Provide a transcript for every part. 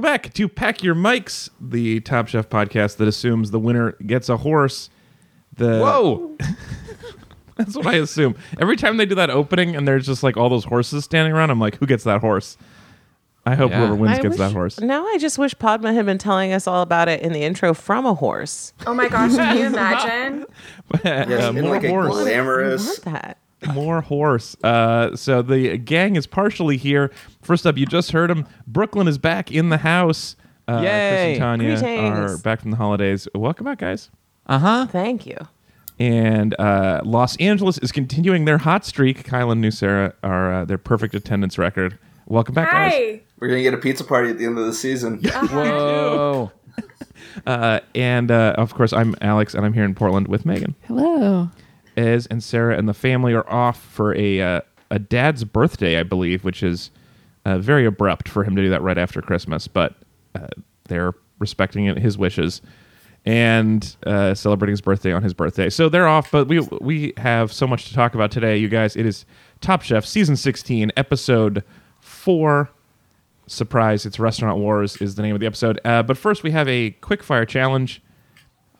back to Pack Your Mics, the Top Chef podcast that assumes the winner gets a horse. The Whoa! That's what I assume. Every time they do that opening and there's just like all those horses standing around, I'm like, who gets that horse? I hope Yeah. whoever wins I gets wish- that horse. Now I just wish Padma had been telling us all about it in the intro from a horse. Oh my gosh, can you imagine? Yes, Uh, in more like a horse. I want glamorous. that. More horse. Uh, so the gang is partially here. First up, you just heard him. Brooklyn is back in the house. Uh, Yay. Chris and Tanya Greetings. are back from the holidays. Welcome back, guys. Uh huh. Oh, Thank you. And uh, Los Angeles is continuing their hot streak. Kyle and Nucera are uh, their perfect attendance record. Welcome back, guys. Hi. Uh-huh. We're gonna get a pizza party at the end of the season. Whoa! Uh, and uh, of course, I'm Alex, and I'm here in Portland with Megan. Hello. Ez and Sarah and the family are off for a uh, a dad's birthday, I believe, which is uh, very abrupt for him to do that right after Christmas. But uh, they're respecting it- his wishes and uh, celebrating his birthday on his birthday. So they're off, but we we have so much to talk about today, you guys. It is Top Chef season sixteen, episode four. Surprise! It's Restaurant Wars is the name of the episode. Uh, but first, we have a quick fire challenge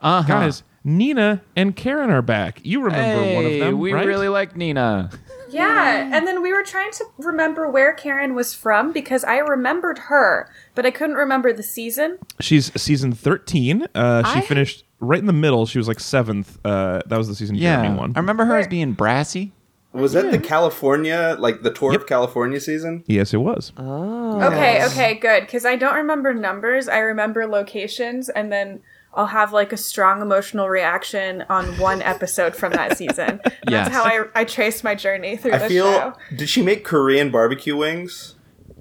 Uh huh. guys nina and karen are back you remember hey, one of them we right? really like Nina. Yeah, and then we were trying to remember where Karen was from because I remembered her, but I couldn't remember the season. she's season 13 uh she I- finished right in the middle she was like seventh uh that was the season Yeah, Jeremy one I remember her as being brassy. Was that the California, like the tour of California season? yes it was Oh. Okay, okay, good. Because I don't remember numbers. I remember locations, and then I'll have like a strong emotional reaction on one episode from that season. Yes. That's how I, I traced my journey through I the feel. show. Did she make Korean barbecue wings?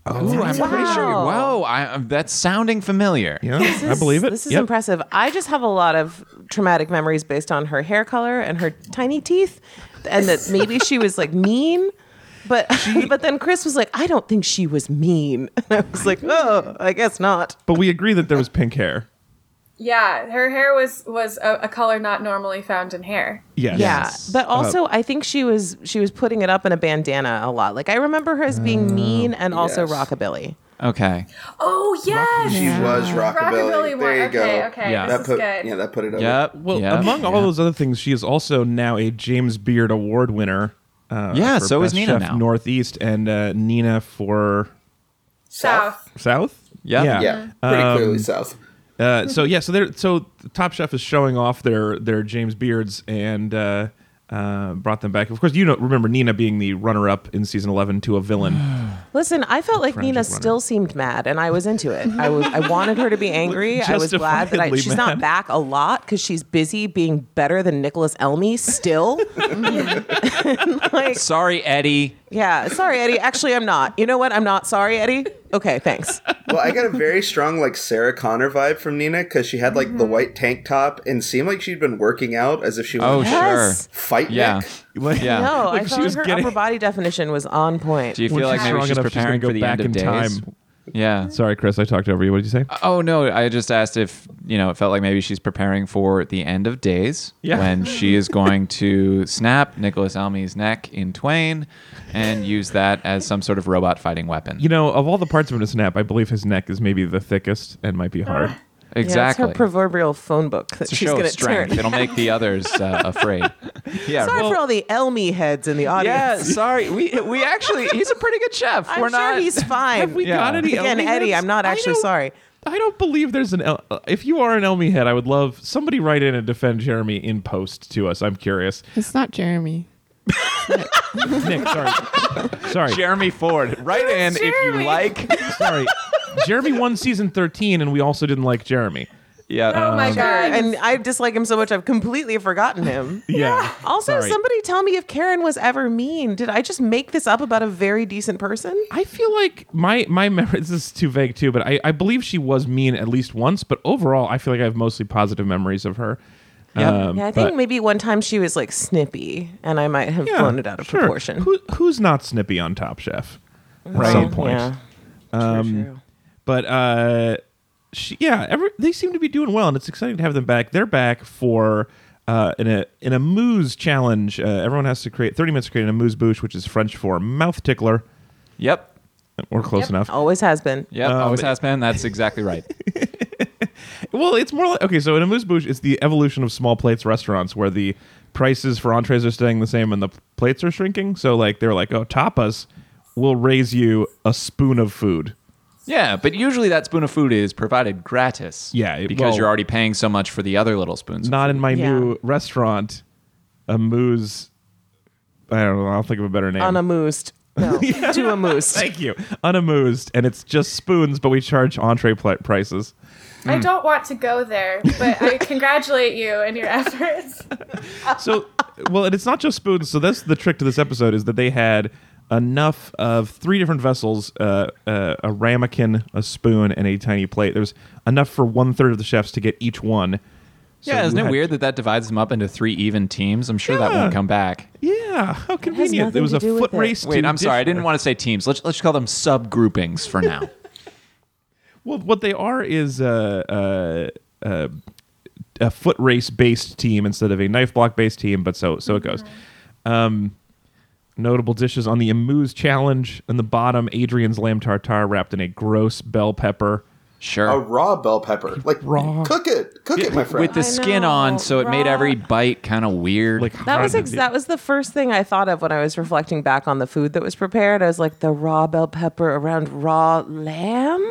Oh, Ooh, I'm pretty sure. Wow. Whoa, I, um, that's sounding familiar. yeah This i is- believe it This is Yep. impressive. I just have a lot of traumatic memories based on her hair color and her tiny teeth, and that maybe she was like mean. But but then Chris was like, I don't think she was mean. And I was like, oh, I guess not. but we agree that there was pink hair Yeah, her hair was was a, a color not normally found in hair. yes. Uh, Yes. Yeah, but also I think she was she was putting it up in a bandana a lot. Like I remember her as Oh, being mean and also yes. rockabilly. Okay. Oh yes, She was Rockabilly rockabilly. one. there you okay, go. okay, Yeah. this That is put good. yeah, that put it up. Yep. well yep, among all yeah. those other things she is also now a james beard award winner uh, Yeah, for so is Best Nina Chef now. northeast and uh, nina for South. south Yep. yeah Yeah, Uh-huh. pretty clearly south. Uh, so yeah, so they're so Top Chef is showing off their their James Beards and uh, uh, brought them back. Of course, you don't remember Nina being the runner up in season eleven to a villain. Listen, I felt like Nina runner. still seemed mad, and I was into it. I was, I wanted her to be angry. I was glad that I, Justifiably she's not mad. back a lot because she's busy being better than Nicholas Elmy still. like, Sorry, Eddie. yeah, sorry, Eddie. Actually, I'm not. You know what? I'm not sorry, Eddie. Okay, thanks. Well, I got a very strong like Sarah Connor vibe from Nina because she had like Mm-hmm. the white tank top and seemed like she'd been working out as if she was Oh, in Yes. fight Yeah. neck. Like, Yeah. No, Like, I she thought was her getting- upper body definition was on point. Do you feel When like she's maybe strong she's enough, she's preparing gonna go for the back end of in days? time. Yeah. Sorry, Chris, I talked over you. What did you say? Oh no, I just asked if you know it felt like maybe she's preparing for the end of days Yeah. when she is going to snap Nicholas Almy's neck in twain and use that as some sort of robot fighting weapon. you know, of all the parts of him to snap, I believe his neck is maybe the thickest and might be Uh, hard. Yeah, it's exactly. her proverbial phone book that It's a she's show going of to turn. strength. It'll make the others uh, afraid. Yeah. Sorry well- for all the Elmy heads in the audience. yeah. Sorry. We we actually he's a pretty good chef. I'm We're sure not. he's fine. Have we Yeah. got any? Again, Elmy Eddie, heads? I'm not I actually don't- sorry. I don't believe there's an. El- uh, if you are an Elmy head, I would love somebody write in and defend Jeremy in post to us. I'm curious. It's not Jeremy. Nick, sorry, sorry. Jeremy Ford. Write in if you Jeremy. like. Sorry. Jeremy won season 13, and we also didn't like Jeremy. Yeah. um, Oh my god. And I dislike him so much, I've completely forgotten him. Yeah. Also, Sorry. somebody tell me if Karen was ever mean. Did I just make this up about a very decent person? I feel like my my memory this is too vague too, but I, I believe she was mean at least once. But overall, I feel like I have mostly positive memories of her. Um, Yep. Yeah, I think but- maybe one time she was like snippy, and I might have Yeah, blown it out of sure. proportion. Who, who's not snippy on Top Chef at Right. some point? Yeah. Um, true. But uh, she, yeah, every, they seem to be doing well, and it's exciting to have them back. They're back for uh, in a in a moose challenge. Uh, everyone has to create thirty minutes to create an amuse bouche, which is French for mouth tickler. Yep. We're close enough. Always has been. Yep, always has been. That's exactly right. Well, it's more like okay. So in a moose bouche, it's the evolution of small plates restaurants where the prices for entrees are staying the same and the plates are shrinking. So like they're like, oh, tapas will raise you a spoon of food. Yeah, but usually that spoon of food is provided gratis. Yeah, it- because well- you're already paying so much for the other little spoons. Not in my Yeah. new restaurant, a moose. I don't know. I'll think of a better name. Unamused. No, to a moose. Thank you. Unamused, and it's just spoons, but we charge entree pl- prices. I don't want to go there, but I congratulate you and your efforts. So, well, and it's not just spoons. So that's the trick to this episode is that they had enough of three different vessels: uh, uh, a ramekin, a spoon, and a tiny plate. There's enough for one third of the chefs to get each one. So yeah, isn't you it had- weird that that divides them up into three even teams? I'm sure that Yeah. won't come back. Yeah, how convenient. nothing There was to a do with foot it. race. Wait, to I'm sorry. I dish didn't work. want to say teams. Let's let's call them subgroupings for now. Well, what they are is a uh, uh, uh, a foot race based team instead of a knife block based team, but so so it goes. Um, notable dishes on the Amuse Challenge in the bottom: Adrian's lamb tartare wrapped in a gross bell pepper. Sure. A raw bell pepper, like Raw. Cook it, cook it, my friend. With the I skin know, on, so it made raw. every bite kind of weird. Like That was hard ex- to do. that was the first thing I thought of when I was reflecting back on the food that was prepared. I was like, the raw bell pepper around raw lamb.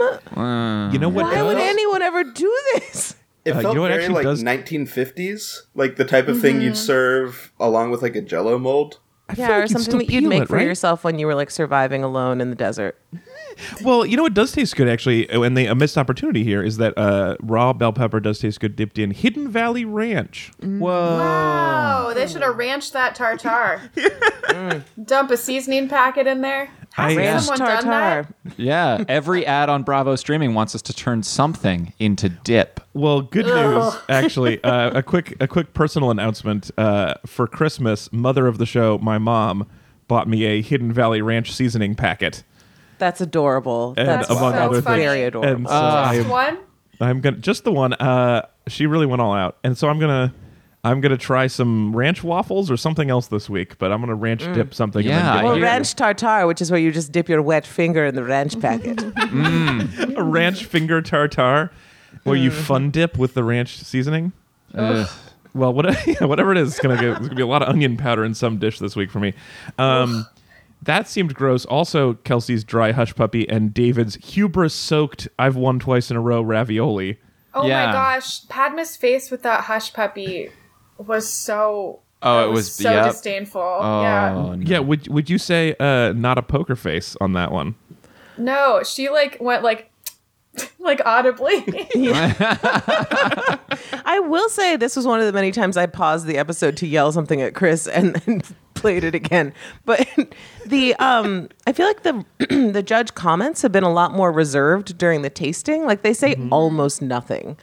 You know what? Why would does? anyone ever do this? It Uh, felt you know what very actually like does- 1950s, like the type of thing you'd serve along with like a Jello mold. I feel Yeah, like or you'd something still that you'd peel make it, for right? yourself when you were like surviving alone in the desert. Well, you know what does taste good actually, uh, and they a missed opportunity here is that uh, raw bell pepper does taste good dipped in Hidden Valley Ranch. whoa. Wow, Oh, they Oh. should have ranched that tartar. Mm. Dump a seasoning packet in there. I- Has Yeah. Ranch someone done that? tartare. Yeah. Every ad on Bravo streaming wants us to turn something into dip. Well, good news Ugh. actually. Uh, a quick a quick personal announcement uh, for Christmas. Mother of the show, my mom bought me a Hidden Valley Ranch seasoning packet, That's adorable. and That's among so other funny. things, very adorable. and so Just I'm, one? I'm gonna just the one. Uh, she really went all out, and so I'm gonna. I'm gonna try some ranch waffles or something else this week, but I'm gonna ranch dip something. Mm. Yeah, and then I give well, it- hear- ranch tartare, which is where you just dip your wet finger in the ranch packet. a ranch finger tartar where Mm. you fun dip with the ranch seasoning. Ugh. Well, whatever, yeah, whatever it is, it's gonna, go, it's gonna be a lot of onion powder in some dish this week for me. Um, that seemed gross. Also, Kelsey's dry hush puppy and David's hubris soaked. I've won twice in a row ravioli. Oh Yeah. my gosh, Padma's face with that hush puppy was so. Oh, that it was- so yep. disdainful. Oh, Yeah. no. Yeah, would would you say uh, not a poker face on that one? No, she like went like, like audibly. I will say this was one of the many times I paused the episode to yell something at Chris and then played it again. But the um I feel like the the judge comments have been a lot more reserved during the tasting. Like they say almost nothing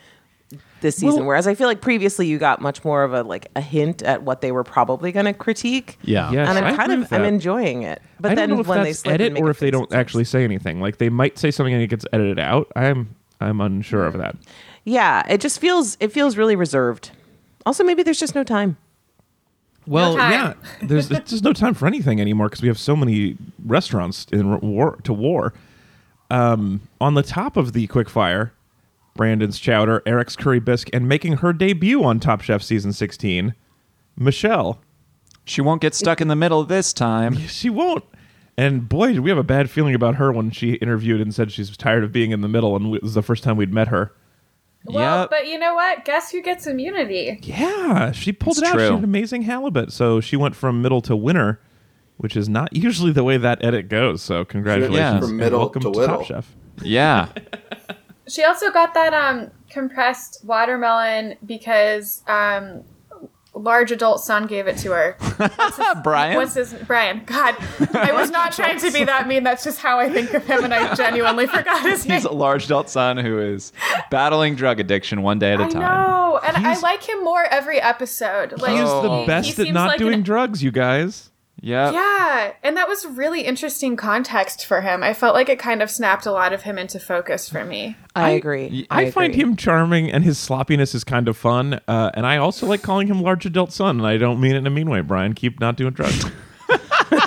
this season Mm-hmm. Well- whereas I feel like previously you got much more of a like a hint at what they were probably going to critique. Yeah. Yes, And I I'm kind agree of with I'm that. enjoying it. But I then don't know if when they that's slip and edit make or a if they face, don't it's just- actually say anything. Like they might say something and it gets edited out. I'm I'm unsure of that. Yeah, it just feels it feels really reserved. Also maybe there's just no time. Well, time. yeah, there's there's just no time for anything anymore because we have so many restaurants in war to war. Um, on the top of the quick fire, Brandon's chowder, Eric's curry bisque, and making her debut on Top Chef season 16, Michelle. She won't get stuck in the middle this time. She won't. And boy, did we have a bad feeling about her when she interviewed and said she's tired of being in the middle, and it was the first time we'd met her. Well, Yep. but you know what? Guess who gets immunity? Yeah, she pulled It's it out. She true. had an amazing halibut. So she went from middle to winner, which is not usually the way that edit goes. So congratulations. Yeah. and From middle welcome to to, whittle. Top Chef. Yeah. She also got that um compressed watermelon because um large adult son gave it to her. Brian? What's his Brian? God, I was not trying to be that mean. That's just how I think of him, and I genuinely forgot his name. He's a large adult son who is battling drug addiction one day at a I time. know, and I He's- like him more every episode. Like He is Oh. the best at seems not like an- doing drugs, you guys. Yeah. yeah, and that was really interesting context for him. I felt like it kind of snapped a lot of him into focus for me. I, agree. I, find agree. him charming, and his sloppiness is kind of fun. Uh, and I also like calling him large adult son, and I don't mean it in a mean way, Brian. Keep not doing drugs. Brian,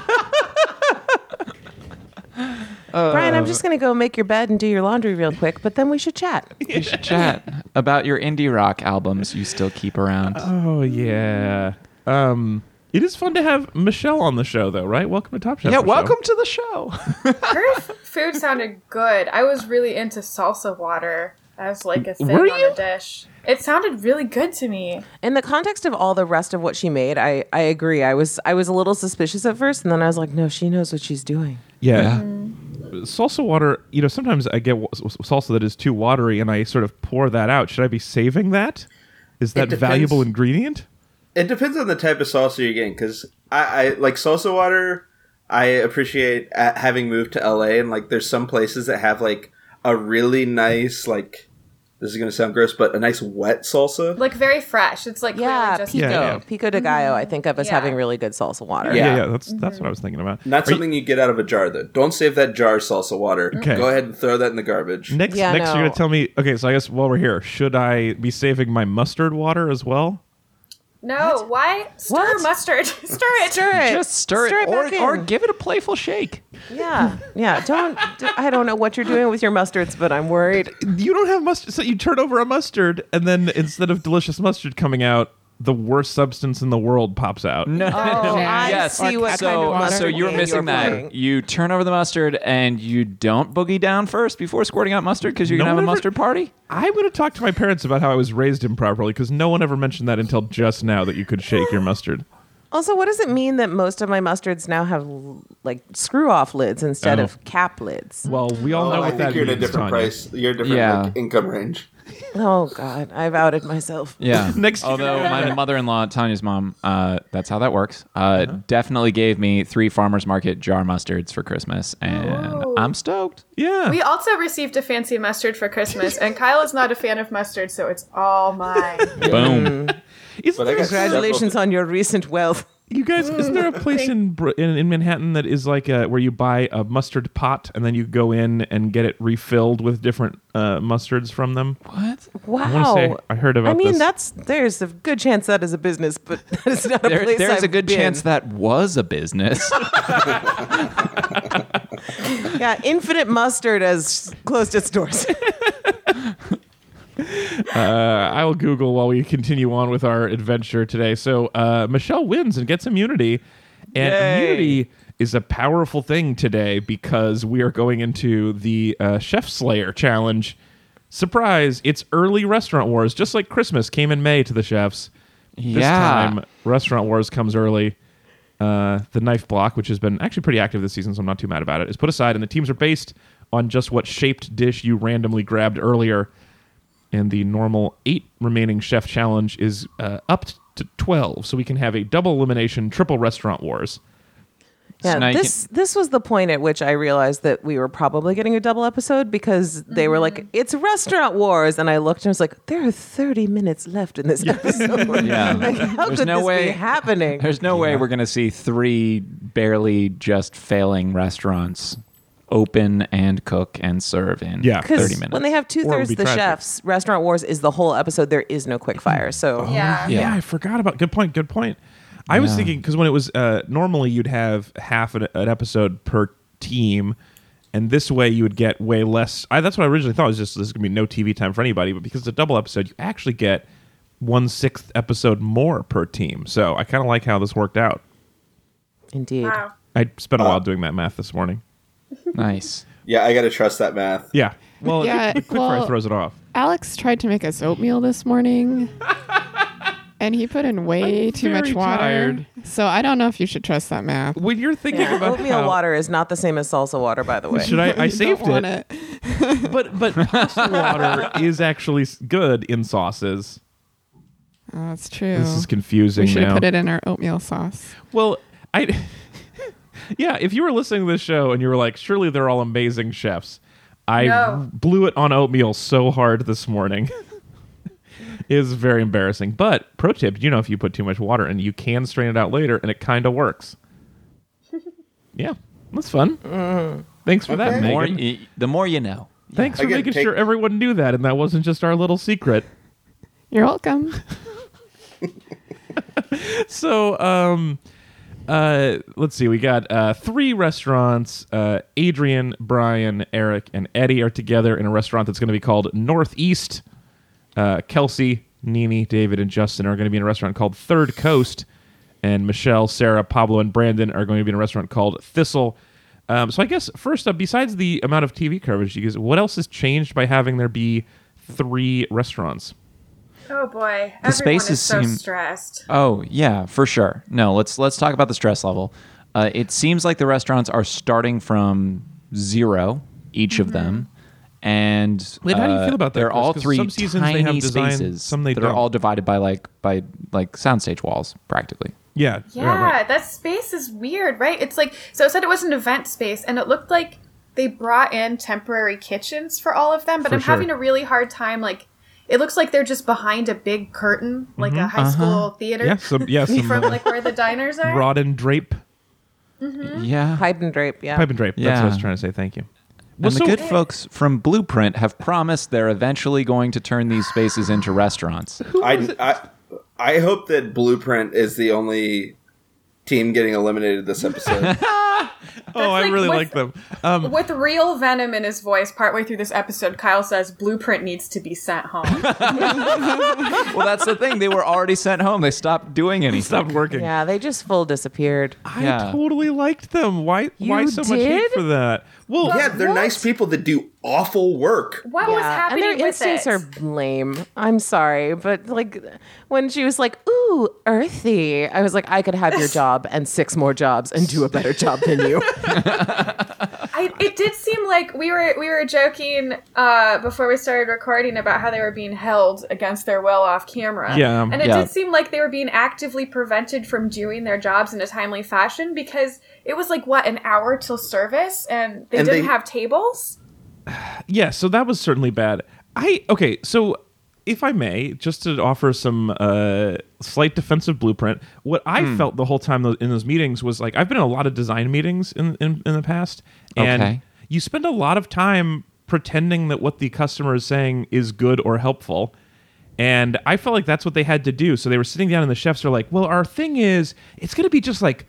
Ryan, Uh. I'm just going to go make your bed and do your laundry real quick, but then we should chat. We should chat about your indie rock albums you still keep around. Oh yeah. Um, it is fun to have Michelle on the show, though, right? Welcome to Top Chef. yeah, Michelle. welcome to the show. Her f- food sounded good. I was really into salsa water as like a thing Were on you? a dish. It sounded really good to me. In the context of all the rest of what she made, I, I agree. I was I was a little suspicious at first, and then I was like, no, she knows what she's doing. Yeah. Salsa water, you know, sometimes I get wa- s- s- salsa that is too watery and I sort of pour that out. Should I be saving that? Is that depends. valuable ingredient? It depends on the type of salsa you're getting, because I, I like salsa water. I appreciate uh, having moved to LA, and like, there's some places that have like a really nice, like, this is gonna sound gross, but a nice wet salsa. Like very fresh. It's like Yeah, clearly just Pico. Yeah, yeah. Pico de Gallo, I think of as Yeah. having really good salsa water. Yeah. yeah, that's that's what I was thinking about. Not Are you- something you get out of a jar, though. Don't save that jar of salsa water. Okay. Go ahead and throw that in the garbage. next Yeah, next you're no. gonna tell me okay, so I guess while we're here, should I be saving my mustard water as well? No, why stir What? mustard? stir it. Stir it. Just stir, it, back in. or, or give it a playful shake. Yeah, yeah. Don't. d- I don't know what you're doing with your mustards, but I'm worried. You don't have mustard so you turn over a mustard and then instead of delicious mustard coming out, the worst substance in the world pops out. No, Oh, I see what so, uh, kind of mustard so you're game missing you're that. playing. You turn over the mustard and you don't boogie down first before squirting out mustard because you're No gonna have one a ever- mustard party. I'm going to talk to my parents about how I was raised improperly because no one ever mentioned that until just now that you could shake your mustard. Also, what does it mean that most of my mustards now have l- like screw off lids instead Oh. of cap lids? Well, we all know Oh, I what think that you're in means. a different Tanya. price. You're a different Yeah. like, income range. Oh God, I've outed myself. Yeah. Next year. Although my mother-in-law, Tanya's mom, uh, that's how that works. Uh, Uh-huh. Definitely gave me three farmers market jar mustards for Christmas, and Whoa. I'm stoked. Yeah. We also received a fancy mustard for Christmas, and Kyle is not a fan of mustard, so it's all mine. Boom. Isn't But there I a- got several- Congratulations on your recent wealth. you guys, isn't there a place in, Br- in in Manhattan that is like a, where you buy a mustard pot and then you go in and get it refilled with different uh, mustards from them? what? Wow. say, I heard about I mean, this. that's there's a good chance that is a business, but that is not a There- place. there's I've a good been. chance that was a business. yeah, infinite mustard has closed its doors. Uh, I will Google while we continue on with our adventure today. So uh, Michelle wins and gets immunity, and Yay. immunity is a powerful thing today because we are going into the uh, Chef Slayer challenge. Surprise! It's early restaurant wars, just like Christmas came in May to the chefs. This Yeah. time, restaurant wars comes early. Uh, the knife block, which has been actually pretty active this season, so I'm not too mad about it, is put aside, and the teams are based on just what shaped dish you randomly grabbed earlier and the normal eight remaining chef challenge is uh, up to 12 so we can have a double elimination triple restaurant wars Yeah, So now you this this was the point at which I realized that we were probably getting a double episode because they were like, "It's restaurant wars," and I looked and I was like, "There are thirty minutes left in this episode. Like, yeah. how There's could no this way- be happening?" There's no way we're going to see three barely just failing restaurants open and cook and serve in Yeah. 'Cause 30 minutes. when they have two Or it would thirds be of the tragic. chefs, restaurant wars is the whole episode. There is no quick fire, so Oh. Yeah. Ah, yeah, i forgot about good point good point i was Yeah. thinking because when it was uh, normally you'd have half an, an episode per team and this way you would get way less I, that's what i originally thought was just this is going to be no tv time for anybody but because it's a double episode you actually get one sixth episode more per team so i kind of like how this worked out indeed. Wow. i spent a while doing that math this morning nice. Yeah, I gotta trust that math. yeah well Yeah, the quick fire well- throws it off Alex tried to make us oatmeal this morning. And he put in way I'm too much very water. tired. So I don't know if you should trust that math. when you're thinking about Oatmeal how- water is not the same as salsa water, by the way. should I? I You saved don't want it, but but pasta water is actually s- good in sauces. Oh, that's true. This is confusing we should now. have put it in our oatmeal sauce. well, I yeah. If you were listening to this show and you were like, surely they're all amazing chefs. I No. blew it on oatmeal so hard this morning. is very embarrassing. But pro tip, you know if you put too much water in, you can strain it out later, and it kind of works. yeah, that's fun. Mm. Thanks for that, Okay. The more, Megan. y- the more you know. Thanks for Again, making take- sure everyone knew that, and that wasn't just our little secret. You're welcome. So, um, uh, let's see. We got uh, three restaurants. Uh, Adrian, Brian, Eric, and Eddie are together in a restaurant that's going to be called Northeast. Uh, Kelsey, Nini, David, and Justin are going to be in a restaurant called Third Coast, and Michelle, Sarah, Pablo, and Brandon are going to be in a restaurant called Thistle. Um, so I guess first up, besides the amount of TV coverage, you guys, what else has changed by having there be three restaurants? Oh boy, everyone spaces is so seem- stressed. Oh yeah, for sure. No, let's let's talk about the stress level. Uh, it seems like the restaurants are starting from zero, each of them, and Lynn, how do you uh, feel about that, They're Chris? all 'Cause three some seasons they tiny have design, spaces. some they that are don't. all divided by like by like soundstage walls, practically. Yeah, Yeah, that space is weird, right? It's like so. It said it was an event space, and it looked like they brought in temporary kitchens for all of them. But For I'm sure. having a really hard time. Like, it looks like they're just behind a big curtain, like a high school theater. Mm-hmm. Uh-huh. Yeah, some- yeah, some, from uh, like where the diners are. Rod and Drape, Yeah, Pipe and drape, yeah. Pipe and Drape. That's what I was Yeah. trying to say. Thank you. and the so- good folks from Blueprint have promised they're eventually going to turn these spaces into restaurants. I, I I hope that Blueprint is the only team getting eliminated this episode. Oh, I like really what's- like them. With real venom in his voice, partway through this episode, Kyle says, "Blueprint needs to be sent home." well, that's the thing. They were already sent home. They stopped doing anything. Stopped working. Yeah, they just full disappeared. I Yeah. totally liked them. Why? why You so much hate did? for that? Well, yeah, they're nice people that do awful work. What was yeah. and happening their with instincts it? are lame. I'm sorry, but like when she was like, "Ooh, earthy," I was like, "I could have your job and six more jobs and do a better job than you." I, it did seem like we were we were joking uh, before we started recording about how they were being held against their will off camera. Yeah. and it Yeah. did seem like they were being actively prevented from doing their jobs in a timely fashion because it was like what an hour till service, and they And didn't they- have tables. yeah. So that was certainly bad. I okay. So if I may, just to offer some uh, slight defensive blueprint, what I Hmm. felt the whole time tho- in those meetings was like I've been in a lot of design meetings in in, in the past, and Okay. you spend a lot of time pretending that what the customer is saying is good or helpful. And I felt like that's what they had to do. So they were sitting down, and the chefs are like, "Well, our thing is, it's going to be just like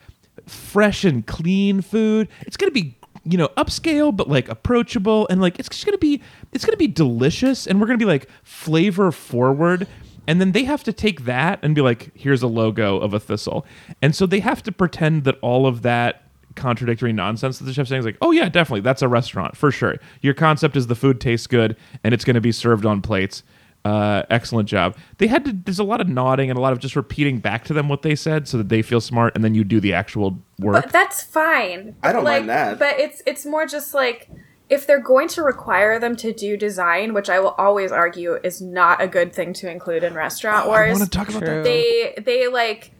fresh and clean food. It's going to be, you know, upscale but like approachable, and like it's just going to be, it's going to be delicious, and we're going to be like flavor forward." And then they have to take that and be like, "Here's a logo of a thistle," and so they have to pretend that all of that contradictory nonsense that the chef's saying is like, oh yeah, definitely, that's a restaurant for sure. Your concept is the food tastes good and it's going to be served on plates. Uh, excellent job. They had to. There's a lot of nodding and a lot of just repeating back to them what they said so that they feel smart, and then you do the actual work. But that's fine. I don't like, mind that. But it's it's more just like if they're going to require them to do design, which I will always argue is not a good thing to include in restaurant Oh, I wars. want to talk about that. they they like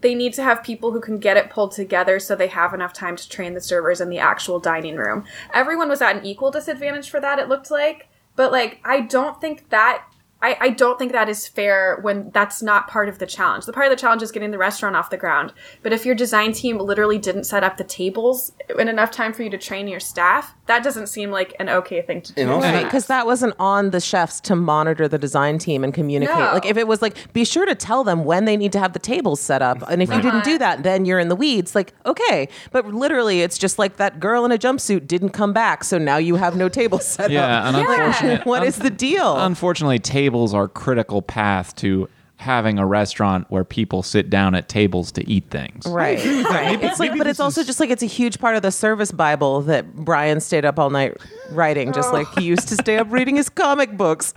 they need to have people who can get it pulled together so they have enough time to train the servers in the actual dining room. Everyone was at an equal disadvantage for that it looked like, but like I don't think that I, I don't think that is fair when that's not part of the challenge. The part of the challenge is getting the restaurant off the ground. But if your design team literally didn't set up the tables in enough time for you to train your staff, that doesn't seem like an okay thing to do. And also, Right, because that wasn't on the chefs to monitor the design team and communicate. No. Like if it was like, be sure to tell them when they need to have the tables set up, and if you didn't do that, then you're in the weeds. Like okay, but literally, it's just like that girl in a jumpsuit didn't come back, so now you have no table set Yeah, up. and unfortunate. What is the deal? Unfortunately, tables are critical path to having a restaurant where people sit down at tables to eat things. Right, right. it's like, but it's also just like it's a huge part of the service Bible that Brian stayed up all night writing, just like he used to stay up reading his comic books.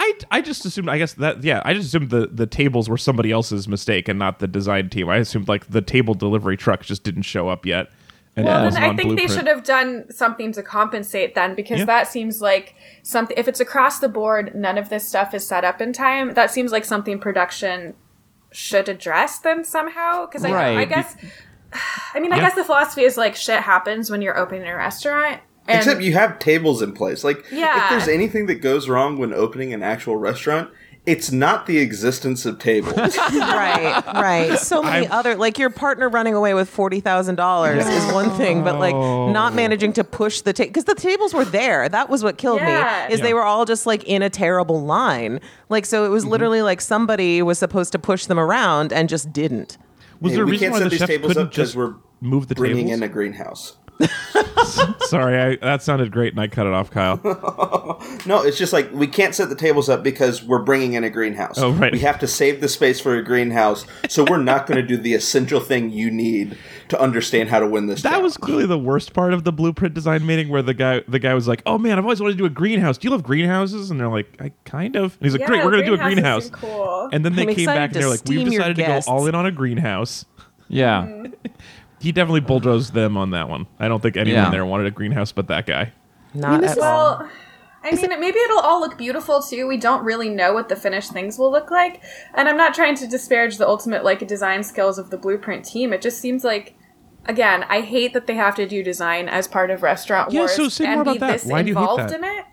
I, I just assumed. I guess that yeah. I just assumed the the tables were somebody else's mistake and not the design team. I assumed like the table delivery truck just didn't show up yet. And it Well, wasn't then I on think they Blueprint. should have done something to compensate then, because Yeah. that seems like something. If it's across the board, none of this stuff is set up in time. That seems like something production should address then somehow. Because I, I Right. guess, I mean, I guess the philosophy is like shit happens when you're opening a restaurant. And Except you have tables in place. Like, Yeah. if there's anything that goes wrong when opening an actual restaurant, it's not the existence of tables. right, right. So many other like your partner running away with forty thousand dollars is one thing, but like not managing to push the table because the tables were there. That was what killed Yeah. me. Is Yeah. they were all just like in a terrible line. Like so, it was literally like somebody was supposed to push them around and just didn't. Was Hey, there a we reason can't why set the these chefs tables couldn't up 'cause just we're move the Bringing tables? in a greenhouse. Sorry, I, that sounded great, and I cut it off, Kyle. No, it's just like we can't set the tables up because we're bringing in a greenhouse. Oh, right. We have to save the space for a greenhouse, so we're not going to do the essential thing you need to understand how to win this. That job. was clearly the worst part of the blueprint design meeting, where the guy the guy was like, "Oh man, I've always wanted to do a greenhouse. Do you love greenhouses?" And they're like, "I kind of." And he's like, Yeah, "Great, we're gonna do a greenhouses greenhouse." seem cool. And then they I'm came excited back and to they're like, "We've steam your decided to go guests." all in on a greenhouse." Yeah. Mm-hmm. He definitely bulldozed them on that one. I don't think anyone Yeah. there wanted a greenhouse but that guy. Not mean, this at is- all. Well, I mean, maybe it'll all look beautiful too. We don't really know what the finished things will look like, and I'm not trying to disparage the ultimate like design skills of the Blueprint team. It just seems like, again, I hate that they have to do design as part of Restaurant Yeah, Wars so say more and be about that. this Why do you hate involved that? in it.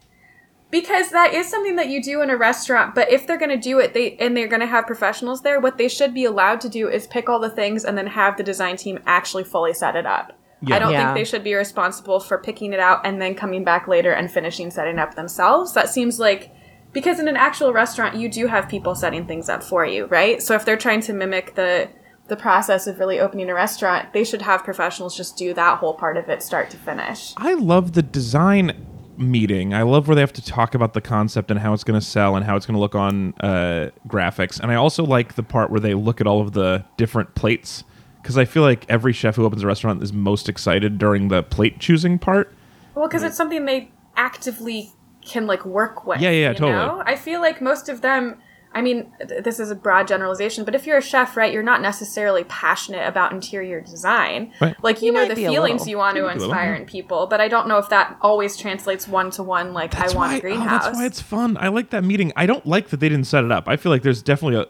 Because that is something that you do in a restaurant, but if they're going to do it, they and they're going to have professionals there. What they should be allowed to do is pick all the things and then have the design team actually fully set it up. Yeah. I don't Yeah. think they should be responsible for picking it out and then coming back later and finishing setting up themselves. That seems like because in an actual restaurant you do have people setting things up for you, right? So if they're trying to mimic the the process of really opening a restaurant, they should have professionals just do that whole part of it start to finish. I love the design meeting. I love where they have to talk about the concept and how it's going to sell and how it's going to look on uh, graphics. And I also like the part where they look at all of the different plates because I feel like every chef who opens a restaurant is most excited during the plate choosing part. Well, because it's something they actively can like work with. Yeah, yeah, yeah, you totally. know? I feel like most of them. I mean, th- this is a broad generalization, but if you're a chef, right, you're not necessarily passionate about interior design. Right. Like you, know might the be a feelings little. you want to might be a little, inspire yeah. in people, but I don't know if that always translates one to one. Like That's I want why, a oh, greenhouse. that's why it's fun. I like that meeting. I don't like that they didn't set it up. I feel like there's definitely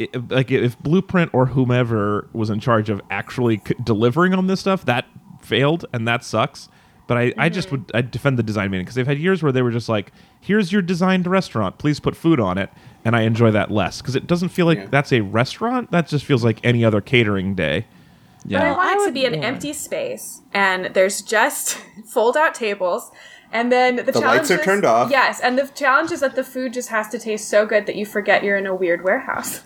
a, a i- like if Blueprint or whomever was in charge of actually c- delivering on this stuff, that failed and that sucks. But I, I Mm-hmm. just would I defend the design meeting because they've had years where they were just like, here's your designed restaurant, please put food on it, and I enjoy that less because it doesn't feel like Yeah. that's a restaurant. That just feels like any other catering day. But I Yeah. want I it to would- be an yeah. empty space, and there's just fold-out tables, and then the, The lights are challenges- turned off. Yes, and the challenge is that the food just has to taste so good that you forget you're in a weird warehouse.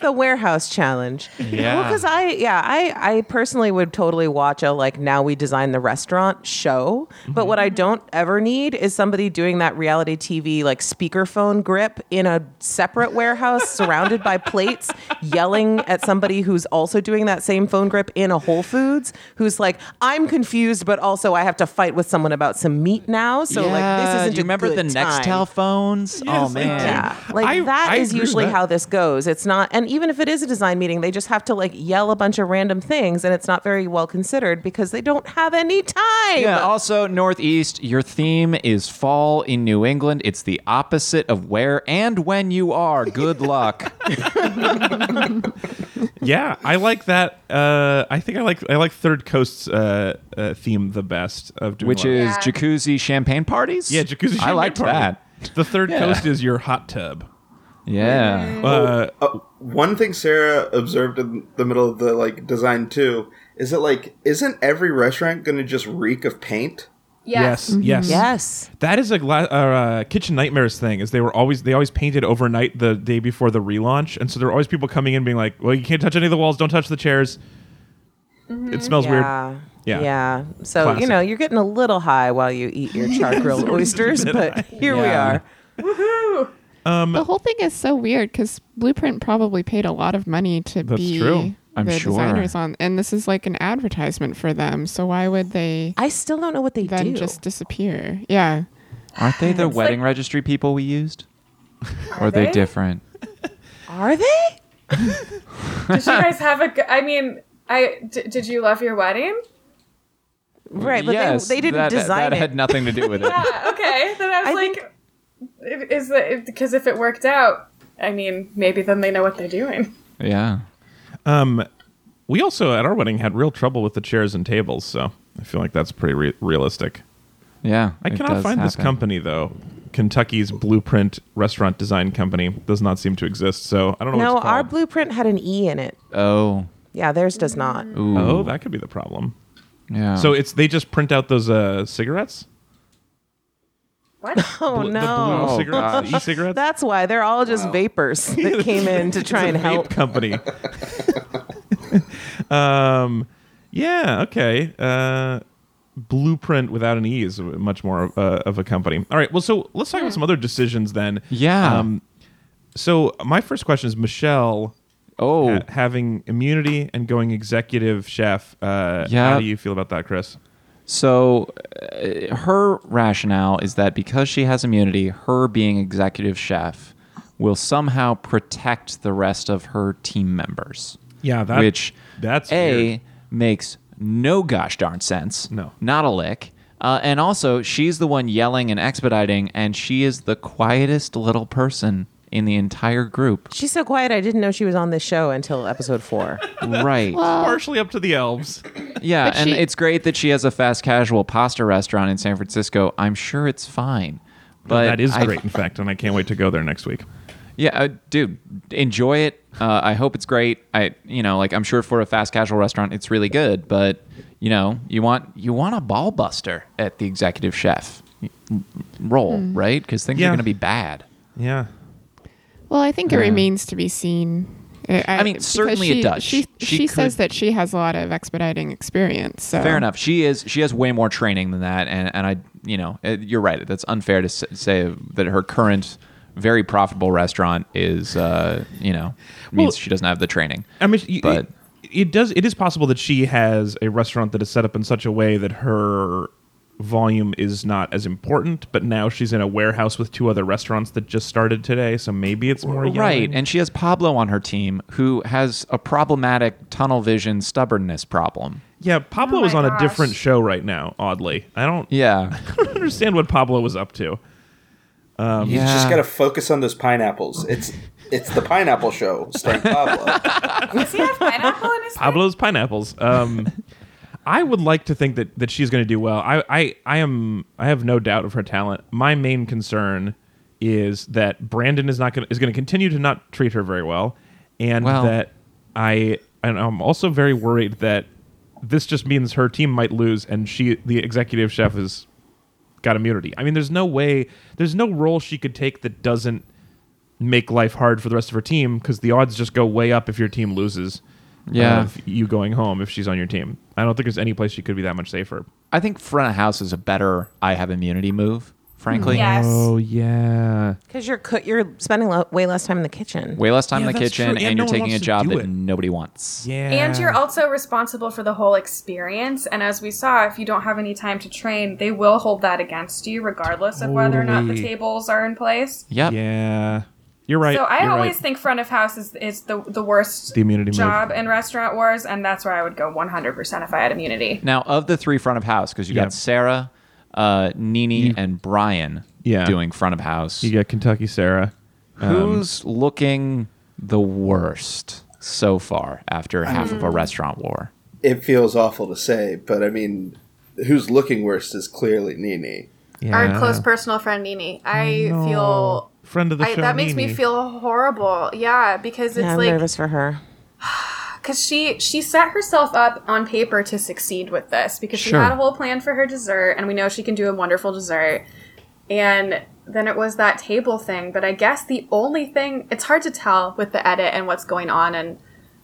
the warehouse challenge. Yeah. Well, because I, yeah, I, I personally would totally watch a like now we design the restaurant show. But what I don't ever need is somebody doing that reality TV like speakerphone grip in a separate warehouse surrounded by plates, yelling at somebody who's also doing that same phone grip in a Whole Foods, who's like, I'm confused, but also I have to fight with someone about some meat now. So like this Yeah, isn't. Do a you remember good the time. Nextel phones? oh Yes, I man. do. Yeah, like I- I that is agree with usually that. how this goes. It's not, and even if it is a design meeting, they just have to like yell a bunch of random things, and it's not very well considered because they don't have any time. Yeah, also Northeast, your theme is fall in New England. It's the opposite of where and when you are. Good luck. yeah, I like that. Uh, I think I like I like Third Coast's uh, uh, theme the best of doing Which a lot of- is Yeah. jacuzzi champagne parties? yeah jacuzzi. I champagne liked party. that. The Third Yeah. Coast is your hot tub. Yeah. Uh, Uh, one thing Sarah observed in the middle of the like design too is that like isn't every restaurant going to just reek of paint? yes, Mm-hmm. yes, Yes. That is a gla- uh, uh, kitchen nightmares thing. Is they were always they always painted overnight the day before the relaunch, and so there were always people coming in being like, "Well, you can't touch any of the walls. Don't touch the chairs. It smells Mm-hmm. Yeah. weird." Yeah. Yeah. So you Classic. know you're getting a little high while you eat your char grilled oysters, but here we Yeah. are. Um, the whole thing is so weird because Blueprint probably paid a lot of money to That's be true. I'm the sure. designers on, and this is like an advertisement for them. So why would they I still don't know what they then do. just disappear? Yeah, Aren't they the wedding registry people we used? or are they, they? different? Are they? Did you guys have a? g- I mean, I d- did you love your wedding? Right, but Yes, they, they didn't that, design that it. had nothing to do with it. Yeah, Uh, okay. Then I was I like, think- i- is it because if it worked out, I mean, maybe then they know what they're doing. Yeah. We also at our wedding had real trouble with the chairs and tables, so I feel like that's pretty re- realistic. Yeah. I it cannot does find this happen. company though. Kentucky's Blueprint Restaurant Design Company does not seem to exist, so I don't know. no, what it's our called. blueprint had an E in it. Oh. Yeah, theirs does not. Ooh. Oh, that could be the problem. Yeah. So it's they just print out those uh, cigarettes. What? Oh Bl- The no. blue Oh, cigarettes, the gosh. e-cigarettes. That's why they're all just vapors that came in to try and It's a vape help. company. um, yeah. Okay. Uh, Blueprint without an E is much more uh, of a company. All right. Well, so let's talk about some other decisions then. Yeah. um, so my first question is Michelle Oh, ha- having immunity and going executive chef. Uh, How Yeah. do you feel about that, Chris? So uh, her rationale is that because she has immunity, her being executive chef will somehow protect the rest of her team members. Yeah, that- which that's a weird. makes no gosh darn sense. No. not a lick. Uh, and also, she's the one yelling and expediting, and she is the quietest little person in the entire group. She's so quiet. I didn't know she was on this show until episode four. right. Partially up to the elves. Yeah, But and she- it's great that she has a fast casual pasta restaurant in San Francisco. I'm sure it's fine. But that is I- great, in fact, and I can't wait to go there next week. Yeah, uh, dude, enjoy it. Uh, I hope it's great. I, you know, like I'm sure for a fast casual restaurant, it's really good. But you know, you want you want a ball buster at the executive chef role, right? Because things Mm. Yeah. are going to be bad. Yeah. Well, I think it remains to be seen. I, I mean, because certainly it she, does. She, She she, could- says that she has a lot of expediting experience. So. Fair enough. She is she has way more training than that, and and I, you know, uh, you're right. That's unfair to s- say that her current very profitable restaurant is, uh, you know, means Well- she doesn't have the training. I mean, y- But- it, it does. It is possible that she has a restaurant that is set up in such a way that her volume is not as important. But now she's in a warehouse with two other restaurants that just started today, so maybe it's more Right, yelling. and she has Pablo on her team who has a problematic tunnel vision stubbornness problem. yeah, Pablo is Oh my on a gosh. different show right now. Oddly, I don't. Yeah. I don't understand what Pablo was up to. Um, You Ah. just gotta focus on those pineapples. It's it's the pineapple show starring Pablo. Does he have pineapple in his Pablo's pineapples. Um, I would like to think that that she's going to do well. I, I I am I have no doubt of her talent. My main concern is that Brandon is not going is going to continue to not treat her very well, and Well- that I and I'm also very worried that this just means her team might lose, and she the executive chef is got immunity. I mean, there's no way, there's no role she could take that doesn't make life hard for the rest of her team because the odds just go way up if your team loses. Yeah. of you going home if she's on your team. I don't think there's any place she could be that much safer. I think front of house is a better I have immunity move, frankly. Yes. Oh, Oh, yeah, Because you're coo- you're spending lo- way less time in the kitchen. Way less time Yeah, in the that's kitchen true. Yeah, and no you're one taking wants a to do job that it. nobody wants. yeah. And you're also responsible for the whole experience. And as we saw, if you don't have any time to train, they will hold that against you, regardless of whether or not the Totally. tables are in place. Yep. yeah. You're right. so I you're always right. think front of house is, is the, the worst The immunity move. job in restaurant wars, and that's where I would go 100% if I had immunity. Now, of the three front of house, because you Yeah. got Sarah, uh, Nini, and Brian Yeah. doing front of house, you get um, Kentucky Sarah. who's looking the worst so far after half of a restaurant war? it feels awful to say, but I mean, who's looking worst is clearly Nini. Yeah. Our close personal friend Nini. I No. feel friend of the I, show. that makes me Nene. feel horrible. Yeah, because it's Yeah, I'm like nervous for her. because she she set herself up on paper to succeed with this because Sure. she had a whole plan for her dessert, and we know she can do a wonderful dessert. And then it was that table thing, but I guess the only thing it's hard to tell with the edit and what's going on, and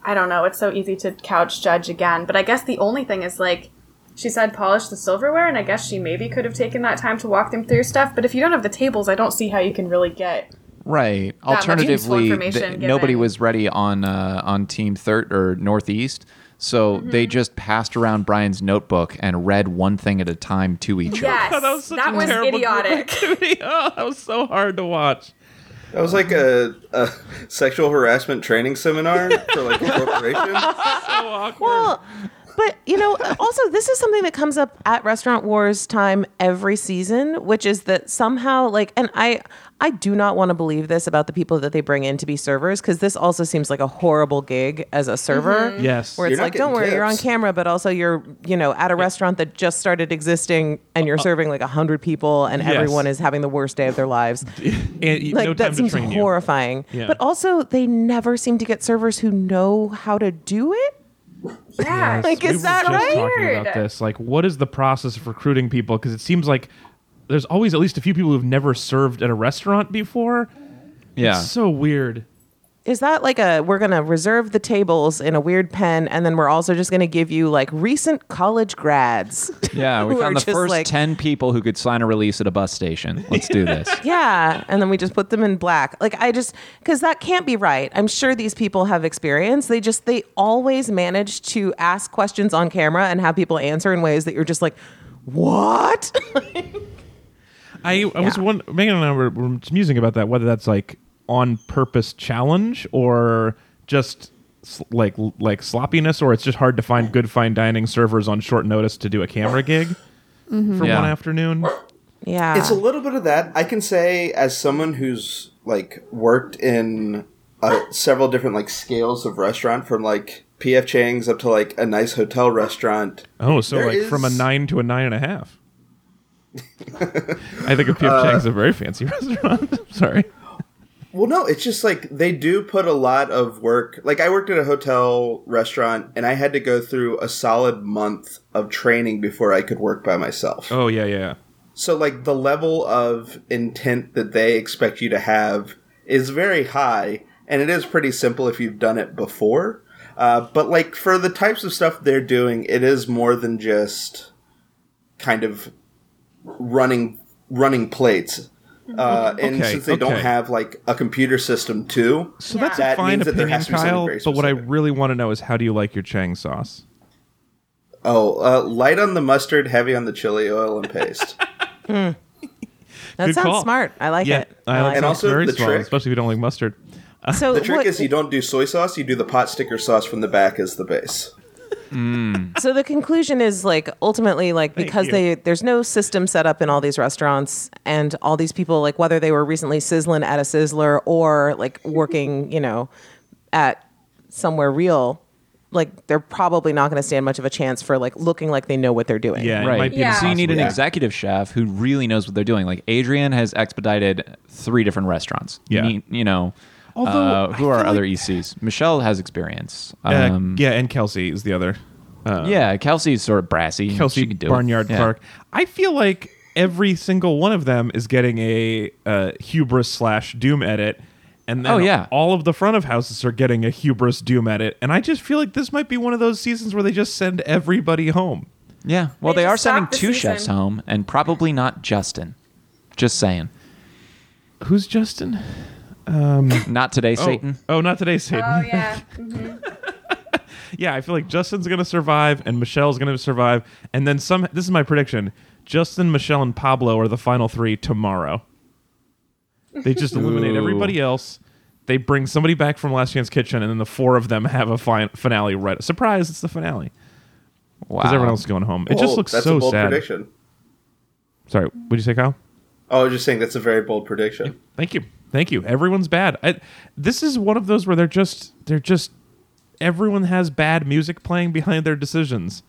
I don't know. It's so easy to couch judge again, but I guess the only thing is like. She said polish the silverware, and I guess she maybe could have taken that time to walk them through stuff. But if you don't have the tables, I don't see how you can really get Right. much useful Alternatively, information th- given. nobody was ready on uh, on team third or northeast, so Mm-hmm. they just passed around Brian's notebook and read one thing at a time to each other. Yes, that was such that a was terrible group idiotic. activity. Oh, that was so hard to watch. That was like a, a sexual harassment training seminar for like a corporation. So awkward. Well, but you know, also this is something that comes up at Restaurant Wars time every season, which is that somehow like and I I do not want to believe this about the people that they bring in to be servers cuz this also seems like a horrible gig as a server. Mm-hmm. yes. Where You're it's not like, don't getting worry, you're on tips." camera, but also you're, you know, at a restaurant that just started existing and you're serving like 100 people and Uh-huh. Yes. everyone is having the worst day of their lives. And you- like no time that to seems train you. horrifying. Yeah. But also, they never seem to get servers who know how to do it. Yeah, Like, We is were that just right? talking about this. Like, what is the process of recruiting people? Because it seems like there's always at least a few people who've never served at a restaurant before. Yeah. It's so weird. Is that like a we're gonna reserve the tables in a weird pen, and then we're also just gonna give you like recent college grads? yeah, we who are found the just, first like- 10 people who could sign a release at a bus station. Let's do this. yeah, and then we just put them in black. Like I just because that can't be right. I'm sure these people have experience. They just they always manage to ask questions on camera and have people answer in ways that you're just like, what? I, I was one Megan and I were, were musing about that whether that's like on purpose challenge or just s- like like sloppiness or it's just hard to find good fine dining servers on short notice to do a camera gig for Mm-hmm. Yeah. one afternoon. yeah, It's a little bit of that. I can say as someone who's like worked in uh, several different like scales of restaurant from like PF Chang's up to like a nice hotel restaurant. Oh, so There like from a is- nine to a nine and a half. I think of Uh, P.F. Chang's a very fancy restaurant. Sorry. Well, no, it's just like they do put a lot of work. Like I worked at a hotel restaurant and I had to go through a solid month of training before I could work by myself. Oh yeah, yeah. So like the level of intent that they expect you to have is very high, and it is pretty simple if you've done it before. Uh, but like for the types of stuff they're doing, it is more than just kind of running running plates. Uh, and Okay, since they don't okay. have like a computer system too, So that's a That fine means that there opinion, has to be something Kyle. very But what I specific. really want to know is how do you like your Chang sauce? oh, uh, light on the mustard, heavy on the chili oil and paste. that Good sounds call. smart. I like it. I like And it. also very the small, trick- especially if you don't like mustard. it. So uh, the trick what- is you don't do soy sauce; you do the pot sticker sauce from the back as the base. so the conclusion is like ultimately like because you. they there's no system set up in all these restaurants and all these people like whether they were recently sizzling at a sizzler or like working you know at somewhere real like they're probably not going to stand much of a chance for like looking like they know what they're doing Yeah, it Right. might be Yeah. So you need an Yeah. executive chef who really knows what they're doing. Like Adrian has expedited three different restaurants. You Yeah. need- you know, Although, uh, I who are feel other ECs? Michelle has experience. Uh, Um, yeah, and Kelsey is the other. yeah, Kelsey's sort of brassy. Kelsey She can do it. Barnyard Yeah. Clark. I feel like every single one of them is getting a uh, hubris slash doom edit, and then Oh, yeah. all of the front of houses are getting a hubris doom edit. And I just feel like this might be one of those seasons where they just send everybody home. Yeah. Well, They they, just are sending stopped the two season. chefs home, and probably not Justin. Just saying. Who's Justin? Not today, Satan. Oh, oh, not today, Satan. Oh yeah. Yeah, I feel like Justin's gonna survive and Michelle's gonna survive, and then some. This is my prediction: Justin, Michelle, and Pablo are the final three tomorrow. They just eliminate Ooh. everybody else. They bring somebody back from Last Chance Kitchen, and then the four of them have a fin- finale. Right? Surprise! It's the finale Wow. because everyone else is going home. It just Bold. looks Oh, that's so a bold sad. prediction. Sorry, what'd you say, Kyle? Oh, I was just saying that's a very bold prediction. Thank you, thank you. Everyone's bad. I, this is one of those where they're just they're just everyone has bad music playing behind their decisions.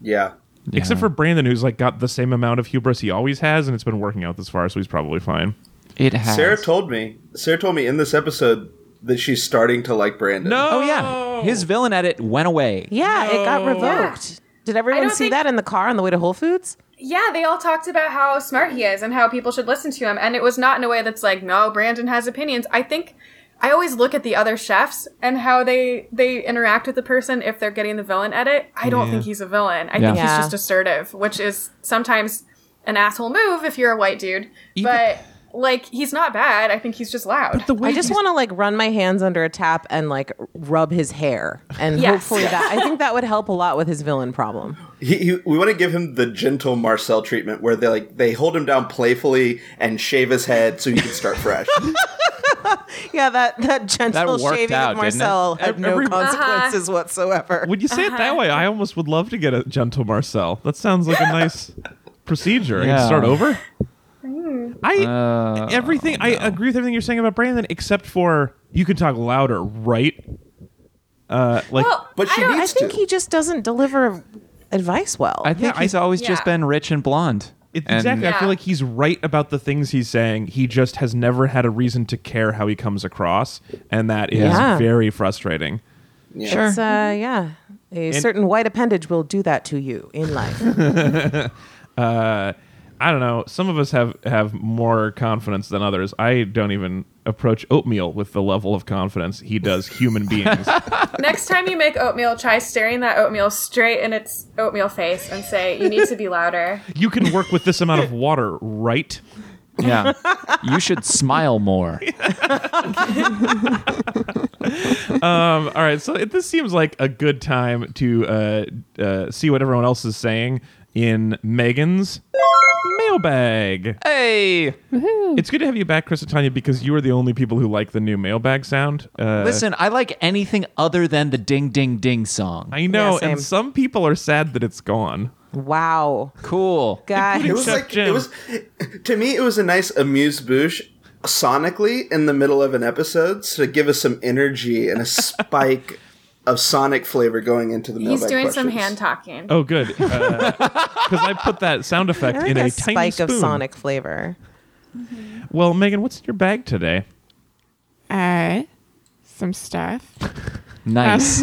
Yeah. Yeah. Except for Brandon, who's like got the same amount of hubris he always has, and it's been working out this far, so he's probably fine. it has. Sarah told me. Sarah told me in this episode that she's starting to like Brandon. oh yeah, his villain edit went away. yeah it got No. revoked did everyone don't see think- that in the car on the way to whole foods Yeah, they all talked about how smart he is and how people should listen to him. And it was not in a way that's like, no, Brandon has opinions. I think I always look at the other chefs and how they they interact with the person if they're getting the villain edit. I don't think he's a villain. I think Yeah. he's just assertive, which is sometimes an asshole move if you're a white dude. but like he's not bad. I think he's just loud. The way I just he's- want to like run my hands under a tap and like rub his hair, and Yes. hopefully that I think that would help a lot with his villain problem. He, he, we want to give him the gentle Marcel treatment, where they like they hold him down playfully and shave his head so he can start fresh. Yeah, that that gentle worked shaving out, of didn't it? Uh-huh. Marcel had no Every- consequences whatsoever. When you say it Uh-huh. that way, I almost would love to get a gentle Marcel. That sounds like a nice procedure. I can Yeah. start over. Mm. I Uh, everything I agree with everything you're saying about Brandon, except for you can talk louder, right? Uh, like well, But she I don't, I needs think to. he just doesn't deliver advice well. I think Yeah, I- he's always just Yeah. been rich and blonde. It, And- exactly. I Yeah. feel like he's right about the things he's saying. He just has never had a reason to care how he comes across, and that is Yeah. very frustrating. Sure. It's, uh, yeah, a certain white appendage will do that to you in life. I don't know. Some of us have have more confidence than others. I don't even approach oatmeal with the level of confidence he does human beings. Next time you make oatmeal, try staring that oatmeal straight in its oatmeal face and say, "You need to be louder." you can work with this amount of water, right? Yeah. you should smile more. Um, all right, so it, this seems like a good time to uh, uh, see what everyone else is saying in Megan's mailbag. Uh, Hey, It's good to have you back, Chris and Tanya, because you are the only people who like the new mailbag sound. Uh, listen, I like anything other than the ding ding ding song. I know, Yeah, same. and some people are sad that it's gone. Wow, cool. guys. It was Except like it Jim. was to me. It was a nice amuse bouche sonically in the middle of an episode so to give us some energy and a spike of sonic flavor going into the. He's mailbag doing some questions. hand talking. Oh, good, because I put that sound effect Like in a, a tiny spike of spoon. sonic flavor. Well, Megan, what's in your bag today? Uh, some stuff. Nice.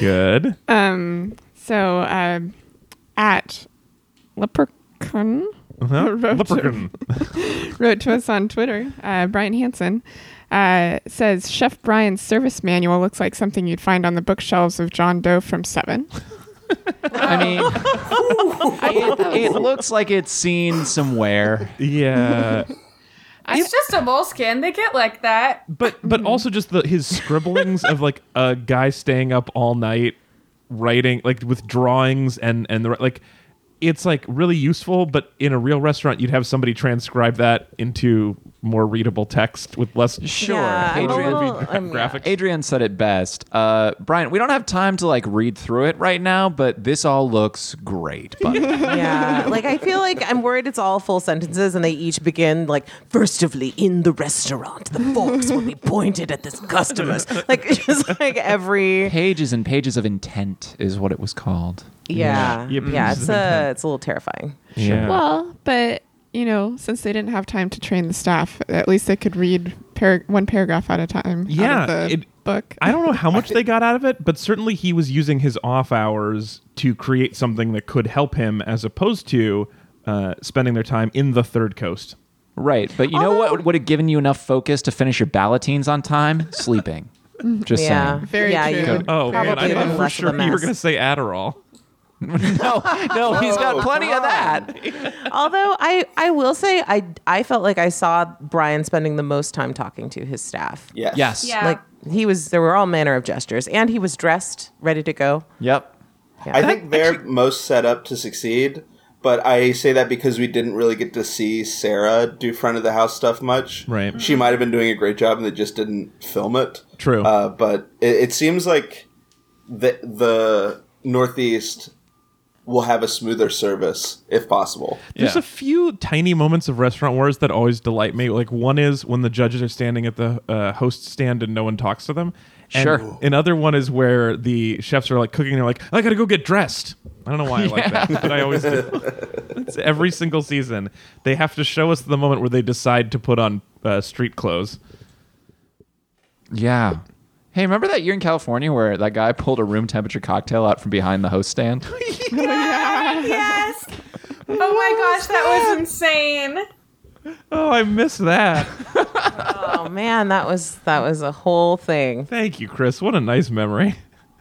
Good. Um, so uh, at leprechaun Huh? Roach. Leprechaun. wrote to us on Twitter, uh, Brian Hansen, uh, says Chef Brian's service manual looks like something you'd find on the bookshelves of John Doe from Seven. I mean, it, it looks like it's seen somewhere. Yeah. it's just a moleskin. They get like that. but but also just the his scribblings of like a guy staying up all night writing like with drawings and and the like it's like really useful but in a real restaurant you'd have somebody transcribe that into more readable text with less Sure. Yeah, I'm a Adrian, little- um, yeah. graphics Adrian said it best. Uh, Brian, we don't have time to like read through it right now, but this all looks great. But um, yeah like i feel like i'm worried it's all full sentences and they each begin like furtively in the restaurant the forks will be pointed at the customers like it's just like every pages and pages of intent is what it was called. yeah Yep. yeah, it's a it's a little terrifying yeah. Well, but you know, since they didn't have time to train the staff, at least they could read par- one paragraph at a time. Yeah, out of the it- book. I don't know how much they got out of it, but certainly he was using his off hours to create something that could help him, as opposed to uh, spending their time in the Third Coast. Right. But you know what would have given you enough focus to finish your ballotines on time? Sleeping. Just yeah saying. Very yeah true. you would Oh, probably man, I have thought been for less sure of a you were mess. going to say Adderall. No, no, he's got plenty of that. although i i will say i i felt like i saw brian spending the most time talking to his staff Yes. Yes. Yeah. like he was there were all manner of gestures and he was dressed ready to go Yep. I think they're most set up to succeed, but I say that because we didn't really get to see Sarah do front of the house stuff much. Right. She might have been doing a great job, and they just didn't film it. True. Uh, but it, it seems like the the Northeast will have a smoother service if possible. There's Yeah. a few tiny moments of restaurant wars that always delight me. Like one is when the judges are standing at the uh, host stand and no one talks to them. And Sure. Another one is where the chefs are like cooking. and They're like, I gotta go get dressed. I don't know why I like that, but I always do. it's every single season they have to show us the moment where they decide to put on uh, street clothes. Yeah. Hey, remember that year in California where that guy pulled a room temperature cocktail out from behind the host stand? yes. Oh my gosh, that was insane. Oh, I miss that. oh man that was that was a whole thing Thank you, Chris. What a nice memory.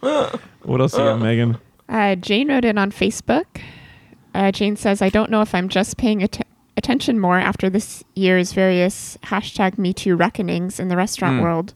what else you got, Megan? Uh, Jane wrote in on Facebook. Uh, Jane says, I don't know if I'm just paying atten- attention more after this year's various hashtag Me Too reckonings in the restaurant world,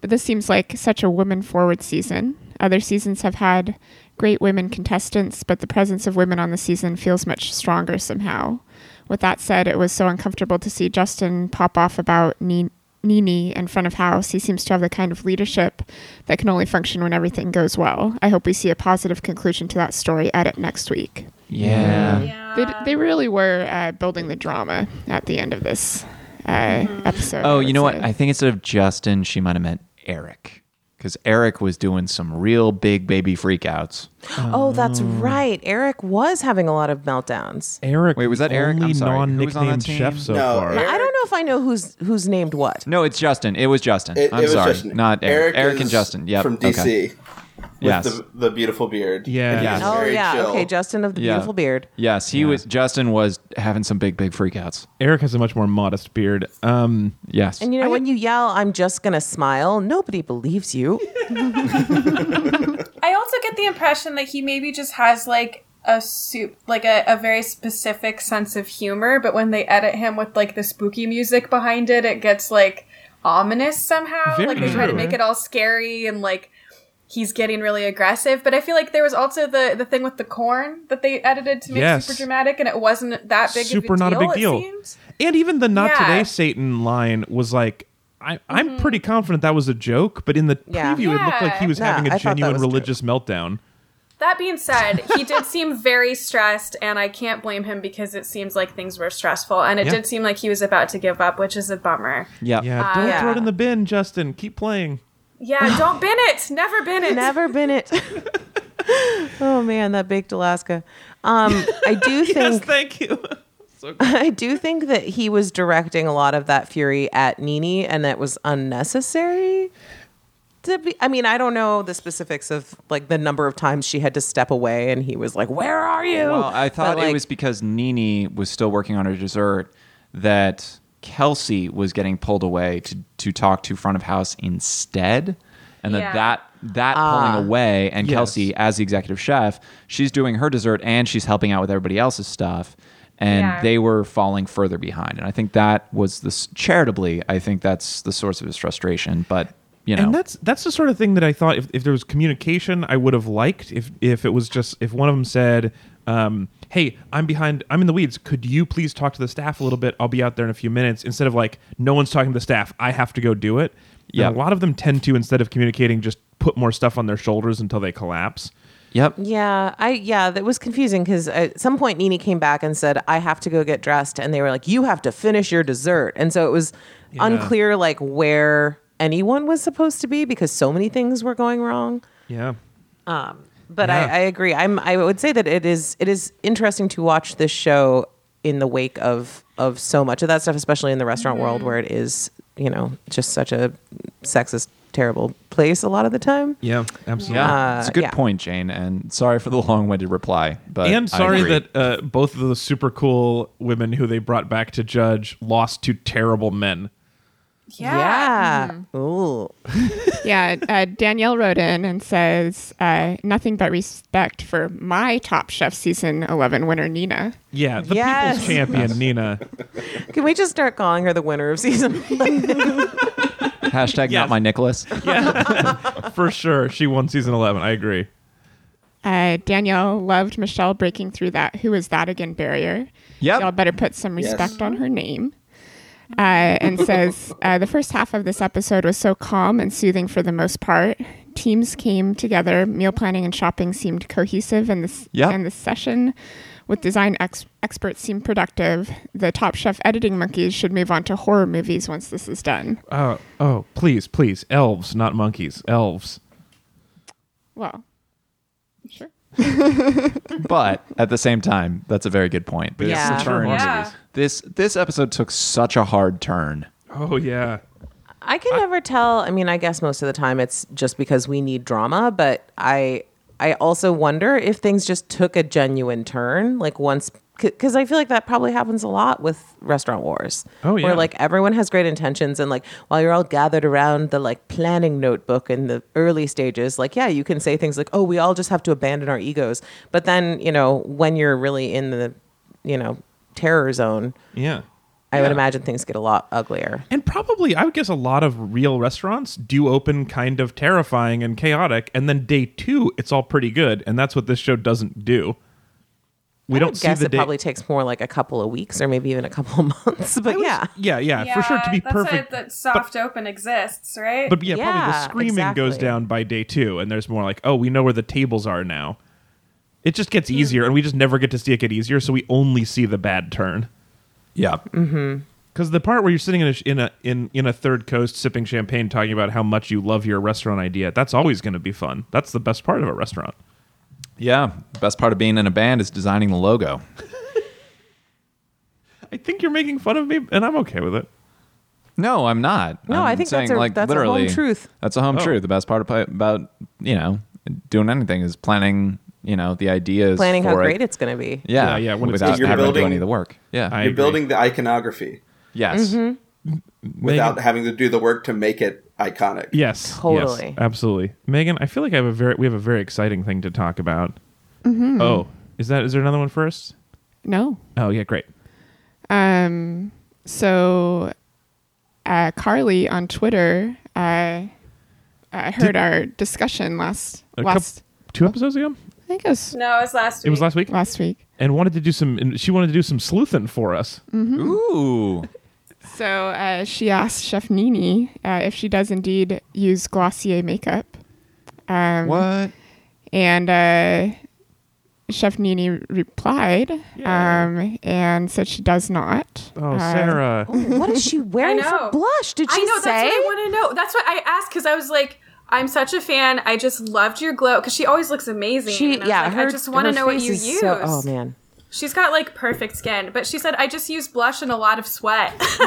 but this seems like such a women forward season. Other seasons have had great women contestants, but the presence of women on the season feels much stronger somehow. With that said, it was so uncomfortable to see Justin pop off about Ni- Nini in front of house. He seems to have the kind of leadership that can only function when everything goes well. I hope we see a positive conclusion to that story edit next week. Yeah. Yeah. They, they really were uh, building the drama at the end of this uh, episode. I Oh, would you know what? say. I think instead of Justin, she might have meant Eric. Because Eric was doing some real big baby freakouts. Oh, that's right. Eric was having a lot of meltdowns. Eric. Wait, was that the Eric? I'm Only sorry. Who was on that non-nicknamed team? chef so No, far. Eric- I don't know if I know who's who's named what. No, it's Justin. It was Justin. It, I'm it was sorry. Justin. Not Eric. Eric, and is Justin. Yep. from Okay. DC. with Yes. the, the beautiful beard. Yeah. And he was Yeah. Oh very yeah, chill. okay, Justin of the Yeah. beautiful beard. Yes, he was. Justin was having some big, big freakouts. Eric has a much more modest beard. Um, Yes, And you know, I when you yell, "I'm just gonna smile," nobody believes you. I also get the impression that he maybe just has like a soup, like a, a very specific sense of humor, but when they edit him with like the spooky music behind it, it gets like ominous somehow. Very like they try to true. make it all scary and like he's getting really aggressive. But I feel like there was also the the thing with the corn that they edited to make Yes. super dramatic, and it wasn't that big. super of a not deal, a big it deal. seems. And even the "Not Yeah. Today, Satan" line was like, I, I'm pretty confident that was a joke, but in the Mm-hmm. Yeah. preview, it looked like he was Yeah. having Yeah, a I thought that genuine was true. religious meltdown. That being said, he did seem very stressed, and I can't blame him because it seems like things were stressful, and it Yeah. did seem like he was about to give up, which is a bummer. yeah, Yeah, don't Uh, yeah. throw it in the bin, Justin. Keep playing. Yeah, don't bin it. Never bin it. Never been it. oh man, that baked Alaska. Um, I do think Thank you. I do think that he was directing a lot of that fury at Nini, and that was unnecessary. To be, I mean, I don't know the specifics of like the number of times she had to step away, and he was like, "Where are you?" Well, I Oh, But, thought it like, was because Nini was still working on her dessert that Kelsey was getting pulled away to, to talk to front of house instead. And Yeah. that that, that pulling away and Yes. Kelsey as the executive chef, she's doing her dessert and she's helping out with everybody else's stuff. And Yeah. they were falling further behind. And I think that was this charitably, I think that's the source of his frustration. But, you know, And that's that's the sort of thing that I thought if, if there was communication, I would have liked if if it was just if one of them said, um, "Hey, I'm behind. I'm in the weeds. Could you please talk to the staff a little bit? I'll be out there in a few minutes." Instead of like, "No one's talking to the staff. I have to go do it." And Yeah. a lot of them tend to instead of communicating, just put more stuff on their shoulders until they collapse. yep. Yeah, I yeah, that was confusing because at some point Nini came back and said, "I have to go get dressed," and they were like, "You have to finish your dessert," and so it was unclear like where anyone was supposed to be because so many things were going wrong. Yeah. But Yeah. I, I agree. I'm I would say that it is it is interesting to watch this show in the wake of of so much of that stuff, especially in the restaurant world where it is you know just such a sexist, terrible place a lot of the time. Yeah. Absolutely. Yeah, Uh, it's a good yeah. point, Jane, and sorry for the long-winded reply. But and I sorry agree. that uh, both of the super cool women who they brought back to judge lost to terrible men. Yeah. Ooh. yeah, uh, Danielle wrote in and says, uh, nothing but respect for my Top Chef season 11 winner, Nina. Yeah, the Yes. people's champion Nina. Can we just start calling her the winner of season? hashtag Yes. not my Nicholas. For sure, she won season 11. I agree. Uh, Danielle loved Michelle breaking through that who is that again barrier. Yep. Y'all better put some Yes. respect on her name. Uh, and says, uh, the first half of this episode was so calm and soothing for the most part. Teams came together, meal planning and shopping seemed cohesive, and this Yep. and the session with design ex- experts seemed productive. The Top Chef editing monkeys should move on to horror movies once this is done. Uh, Oh, oh, please, please, elves, not monkeys, elves. Well, sure. but at the same time, that's a very good point. Because Yeah. the turn- Yeah. This this episode took such a hard turn. Oh yeah, I can never tell. I mean, I guess most of the time it's just because we need drama, but I I also wonder if things just took a genuine turn, like once because I feel like that probably happens a lot with restaurant wars. Oh, yeah. where like everyone has great intentions, and like while you're all gathered around the like planning notebook in the early stages, like yeah, you can say things like, "Oh, we all just have to abandon our egos," but then you know when you're really in the you know terror zone, yeah. I would imagine things get a lot uglier. And probably, I would guess a lot of real restaurants do open kind of terrifying and chaotic, and then day two, it's all pretty good, and that's what this show doesn't do. We I don't would see guess the it day. probably takes more like a couple of weeks or maybe even a couple of months. But yeah, yeah, yeah, for sure. To be that's perfect, why that soft open exists, right? but yeah, probably the Yeah, screaming goes exactly. down by day two, and there's more like, oh, we know where the tables are now. It just gets Hmm. easier, and we just never get to see it get easier, so we only see the bad turn. Yeah. Mm-hmm. Because the part where you're sitting in a sh- in a in, in a third coast sipping champagne, talking about how much you love your restaurant idea, that's always going to be fun. That's the best part of a restaurant. Yeah. Best part of being in a band is designing the logo. I think you're making fun of me, and I'm okay with it. No, I'm not. No, I'm I think that's saying a- like that's a home literally truth. That's a home Oh. truth. The best part about you know doing anything is planning. You know, the ideas Planning how for great it. it's going to be. Yeah, Yeah, yeah, when it's- without You're having to do building- any of the work. Yeah. I You're agree. building the iconography yes. Mm-hmm. Megan- without having to do the work to make it iconic. Yes. yes, Totally. absolutely. Megan, I feel like I have a very we have a very exciting thing to talk about. Oh, is that is there another one first? No. Oh yeah, great. Um, so uh, Carly on Twitter, uh, I heard our discussion last A coup- last. two episodes ago? I think it was No, it was last week. It was last week. last week. And wanted to do some and she wanted to do some sleuthing for us. Ooh. So uh, she asked Chef Nini uh, if she does indeed use Glossier makeup. Um, What? And uh, Chef Nini replied Yeah. um, and said she does not. Oh, Uh, Sarah. What is she wearing for know. blush? Did she I know. say? That's what I want to know. That's what I asked because I was like, I'm such a fan. I just loved your glow because she always looks amazing. And she I was yeah. like, her, I just want to her know what face you is use. So, oh man. She's got like perfect skin, but she said I just use blush and a lot of sweat.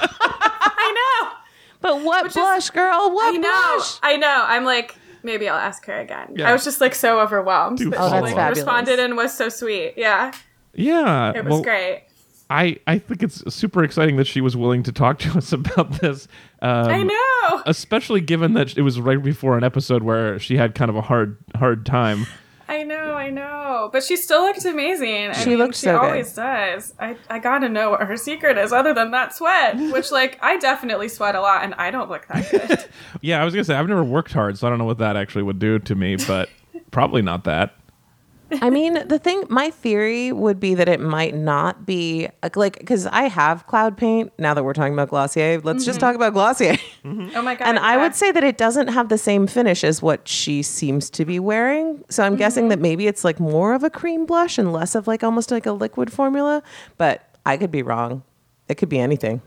I know. But what blush, girl? What I know. blush? I know. I'm like, maybe I'll ask her again. Yeah. I was just like so overwhelmed. Do that follow she like up. Oh, that's responded and was so sweet. Yeah. Yeah. It was well, great. I, I think it's super exciting that she was willing to talk to us about this. Um, mm. I know. Uh, Especially given that it was right before an episode where she had kind of a hard hard time. I know, I know. But she still looked amazing. I She mean, looked she so good. always does. I, I gotta know what her secret is other than that sweat. Which like I definitely sweat a lot and I don't look that good. Yeah, I was gonna say I've never worked hard, so I don't know what that actually would do to me, but probably not that. I mean, the thing, my theory would be that it might not be like, because I have cloud paint now that we're talking about Glossier. Let's just Mm-hmm. talk about Glossier. oh my god. And I yeah. would say that it doesn't have the same finish as what she seems to be wearing. So I'm guessing that maybe it's like more of a cream blush and less of like almost like a liquid formula. But I could be wrong. It could be anything.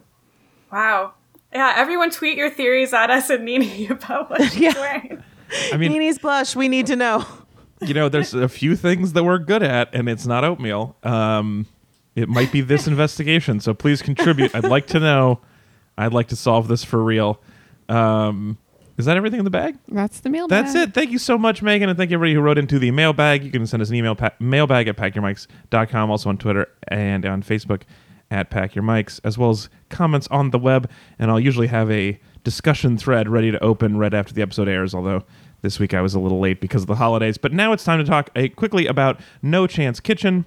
Wow. Yeah, everyone tweet your theories at us and Nini about what she's Yeah. wearing. I mean, Nini's blush, we need to know. you know, there's a few things that we're good at, and it's not oatmeal. Um, it might be this investigation, so please contribute. I'd like to know. I'd like to solve this for real. Um, is that everything in the bag? That's the mailbag. That's it. Thank you so much, Megan, and thank everybody who wrote into the mailbag. You can send us an email, pa- mailbag at packyourmics.com, also on Twitter and on Facebook at Pack Your Mics, as well as comments on the web. And I'll usually have a discussion thread ready to open right after the episode airs, although this week I was a little late because of the holidays. But now it's time to talk uh, quickly about No Chance Kitchen.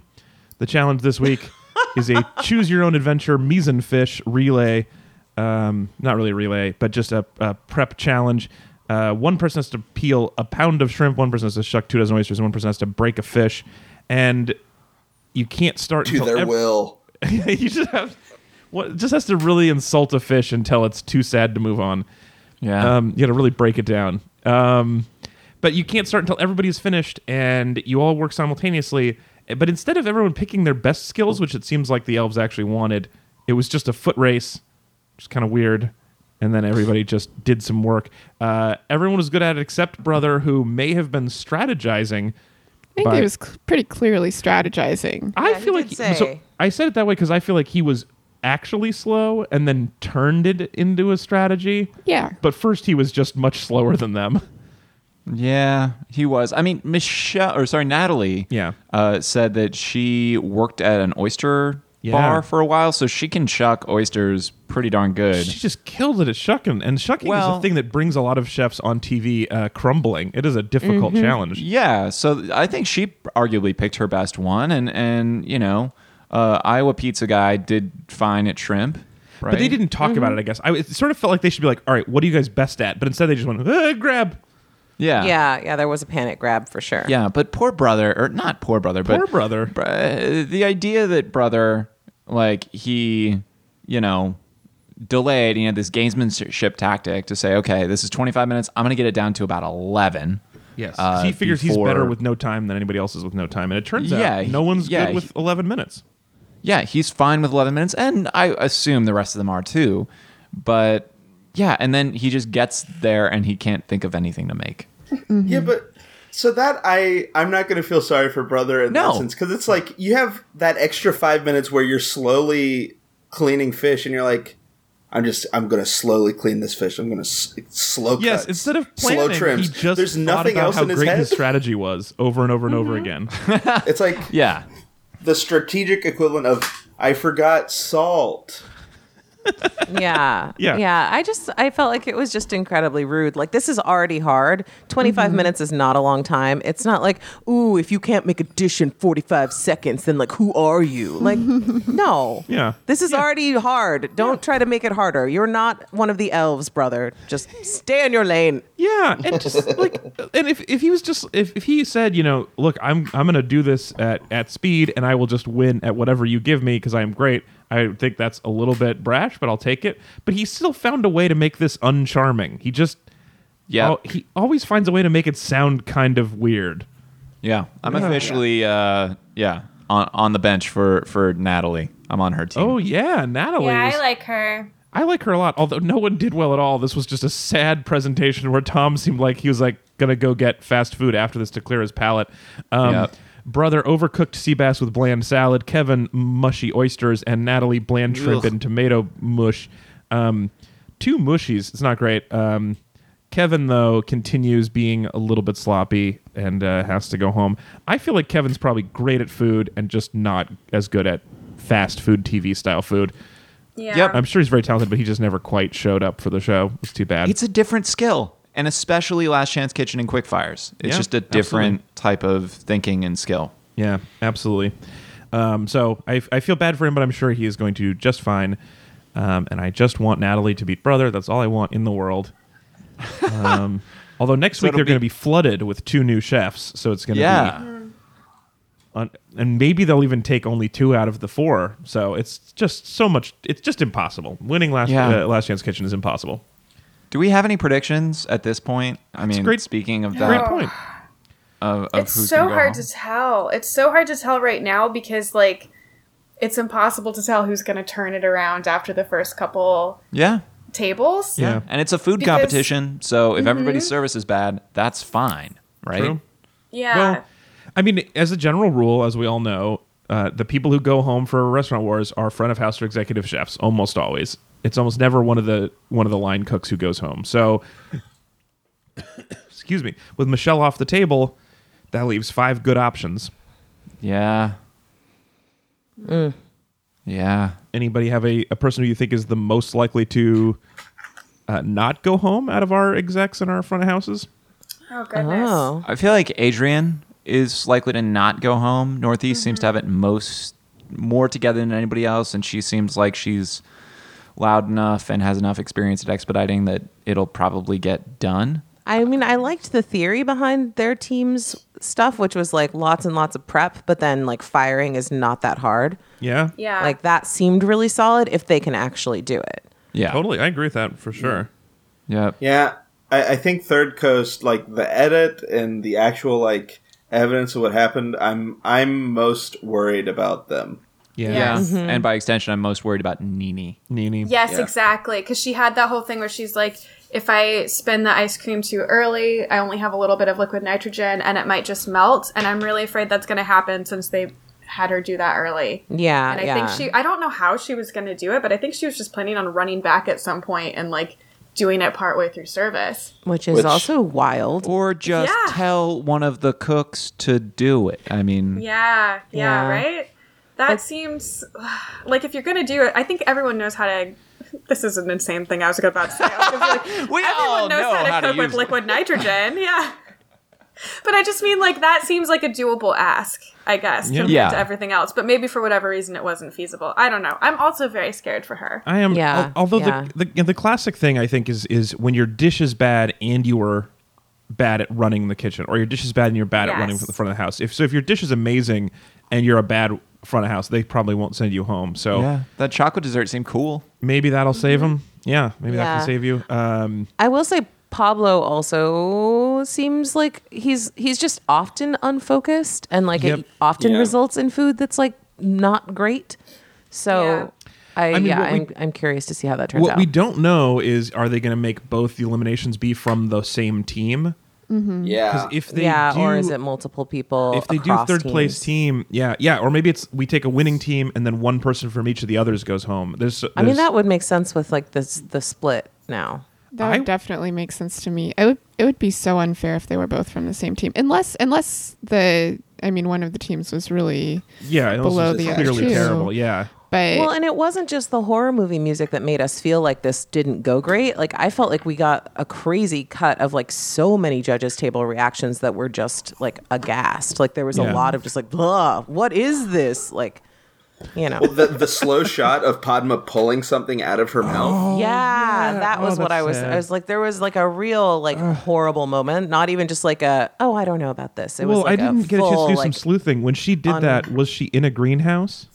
The challenge this week is a choose your own adventure mise en fish relay. Um, not really relay, but just a, a prep challenge. Uh, one person has to peel a pound of shrimp, one person has to shuck two dozen oysters, and one person has to break a fish. And you can't start To until their ev- will. you just have what just has to really insult a fish until it's too sad to move on. Yeah. Um, you got to really break it down. Um, but you can't start until everybody's finished and you all work simultaneously. Eh, But instead of everyone picking their best skills, which it seems like the elves actually wanted, it was just a foot race, which is kind of weird. And then everybody just did some work. Uh, everyone was good at it except Brother, who may have been strategizing. I think by- he was c- pretty clearly strategizing. I Yeah, he feel like did say. so I said it that way because I feel like he was actually slow and then turned it into a strategy. Yeah. But first, he was just much slower than them. Yeah, he was. I mean, Michelle, or sorry, Natalie. Yeah. uh, said that she worked at an oyster Yeah. bar for a while, so she can chuck oysters pretty darn good. She just killed it at shucking, and shucking is Well- a thing that brings a lot of chefs on TV uh, crumbling. It is a difficult challenge. yeah, so th- I think she arguably picked her best one, and and you know, uh, Iowa pizza guy did fine at shrimp. Right? But they didn't talk about it. I guess I it sort of felt like they should be like, "All right, what are you guys best at?" But instead, they just went uh, grab. Yeah. Yeah, yeah, there was a panic grab for sure. Yeah, but poor brother, or not poor brother, but Poor brother. br- uh, the idea that brother, like he, you know, delayed. You know, this gamesmanship tactic to say, okay, this is 25 minutes. I'm gonna get it down to about 11. Yes, uh, he figures before- he's better with no time than anybody else is with no time, and it turns Yeah, out he- no one's yeah, good with he- eleven minutes. Yeah, he's fine with 11 minutes, and I assume the rest of them are too. But yeah, and then he just gets there and he can't think of anything to make. Yeah, but so that I I'm not going to feel sorry for brother in No. that sense because it's like you have that extra five minutes where you're slowly cleaning fish and you're like, I'm just I'm gonna slowly clean this fish. I'm gonna s- slow cut. Yes, instead of slow planning, trims. he just There's thought nothing about else how in his great head. Mm-hmm. his strategy was over and over and over again. it's like Yeah. the strategic equivalent of I forgot salt. Yeah. Yeah. Yeah. I just I felt like it was just incredibly rude. Like this is already hard. 25 Mm-hmm. minutes is not a long time. It's not like, "Ooh, if you can't make a dish in 45 seconds, then like who are you?" Like no. Yeah. This is already hard. Don't try to make it harder. You're not one of the elves, brother. Just stay in your lane. Yeah, and just like, and if, if he was just if, if he said, you know, look, I'm I'm gonna do this at at speed, and I will just win at whatever you give me because I'm great. I think that's a little bit brash, but I'll take it. But he still found a way to make this uncharming. He just Yeah. al- he always finds a way to make it sound kind of weird. Yeah. I'm officially uh yeah, on on the bench for for Natalie. I'm on her team. Oh yeah, Natalie. Yeah, was- I like her. I like her a lot. Although no one did well at all. This was just a sad presentation where Tom seemed like he was like gonna go get fast food after this to clear his palate. Um, Yep. Brother overcooked sea bass with bland salad. Kevin mushy oysters and Natalie bland shrimp Ugh. and tomato mush. Um, two mushies. It's not great. Um, Kevin though continues being a little bit sloppy and uh, has to go home. I feel like Kevin's probably great at food and just not as good at fast food TV style food. Yeah. Yep. I'm sure he's very talented, but he just never quite showed up for the show. It's too bad. It's a different skill, and especially Last Chance Kitchen and Quick Fires. It's Yeah, just a different type of thinking and skill. yeah, absolutely. Um, so I, I feel bad for him, but I'm sure he is going to do just fine. Um, and I just want Natalie to beat brother. That's all I want in the world. Um, although next week it'll they're be- going to be flooded with two new chefs, so it's going to Yeah. be. Un- and maybe they'll even take only two out of the four. So it's just so much. It's just impossible. Winning last Yeah. uh, last chance kitchen is impossible. Do we have any predictions at this point? I mean, great- speaking of Great that, point. of, of It's who's so gonna go hard home. to tell. It's so hard to tell right now because like it's impossible to tell who's going to turn it around after the first couple Yeah. tables. Yeah. And it's a food Because- Mm-hmm. competition, so if everybody's service is bad, that's fine, right? True. Yeah. Well, I mean, as a general rule, as we all know, uh, the people who go home for restaurant wars are front of house or executive chefs almost always. It's almost never one of the one of the line cooks who goes home. So, excuse me, with Michelle off the table, that leaves five good options. Yeah. Mm. Yeah. Anybody have a, a person who you think is the most likely to uh, not go home out of our execs and our front of houses? oh goodness. Oh. I feel like Adrian is likely to not go home. Northeast seems Mm-hmm. to have it most more together than anybody else, and she seems like she's loud enough and has enough experience at expediting that it'll probably get done. I mean, I liked the theory behind their team's stuff, which was like lots and lots of prep, but then like firing is not that hard. Yeah, Yeah. Like that seemed really solid if they can actually do it. Yeah. totally. I agree with that for sure. Yeah. Yeah, I, I think Third Coast, like the edit and the actual like evidence of what happened, I'm I'm most worried about them. Yeah, Yeah. Yes. And by extension, I'm most worried about Nini. Nini. Yes, Yeah. exactly. Because she had that whole thing where she's like, if I spin the ice cream too early, I only have a little bit of liquid nitrogen and it might just melt. And I'm really afraid that's going to happen since they had her do that early. Yeah. And I yeah. think she, I don't know how she was going to do it, but I think she was just planning on running back at some point and like doing it partway through service. which is Which- also wild. Or just Yeah. tell one of the cooks to do it. I mean, Yeah, yeah, Yeah. right? That seems like if you're going to do it, I think everyone knows how to. This is an insane thing I was about to say. I was gonna be like, we Everyone knows how to cook with use it. liquid nitrogen. Yeah. But I just mean like that seems like a doable ask, I guess, compared Yeah. to everything else. But maybe for whatever reason it wasn't feasible. I don't know. I'm also very scared for her. I am. Yeah, al- although yeah. The, the the classic thing I think is is when your dish is bad and you are bad at running the kitchen, or your dish is bad and you're bad at running Yes. the front of the house. If so, if your dish is amazing and you're a bad front of house, they probably won't send you home. So Yeah. That chocolate dessert seemed cool. maybe that'll save them. Yeah, maybe that Mm-hmm. Yeah. can save you. Um, I will say Pablo also seems like he's he's just often unfocused and like Yep. it often Yeah. results in food that's like not great. So I, I mean, yeah, what we- I'm, I'm curious to see how that turns what out. we don't know is are they going to make both the eliminations be from the same team? Yeah. Because if they yeah, do, or is it multiple people? if they do across third place teams? team, yeah, yeah, or maybe it's we take a winning team and then one person from each of the others goes home. There's, I mean, there's- that would make sense with like this the split now. That would I- definitely make sense to me. It would it would be so unfair if they were both from the same team, unless unless the I mean one of the teams was really, yeah, it was below just the other clearly two. terrible. Yeah, but Well, and it wasn't just the horror movie music that made us feel like this didn't go great. Like I felt like we got a crazy cut of like so many judges table reactions that were just like aghast. Like there was Yeah. a lot of just like, "Blah, what is this?" Like, you know. the, the slow shot of Padma pulling something out of her mouth. yeah, that Oh, was what that's I was. sad. I was like, there was like a real like horrible moment. Not even just like a oh, I don't know about this. It well, was like I didn't a get a full, chance to do some like, sleuthing. When she did on- that, was she in a greenhouse?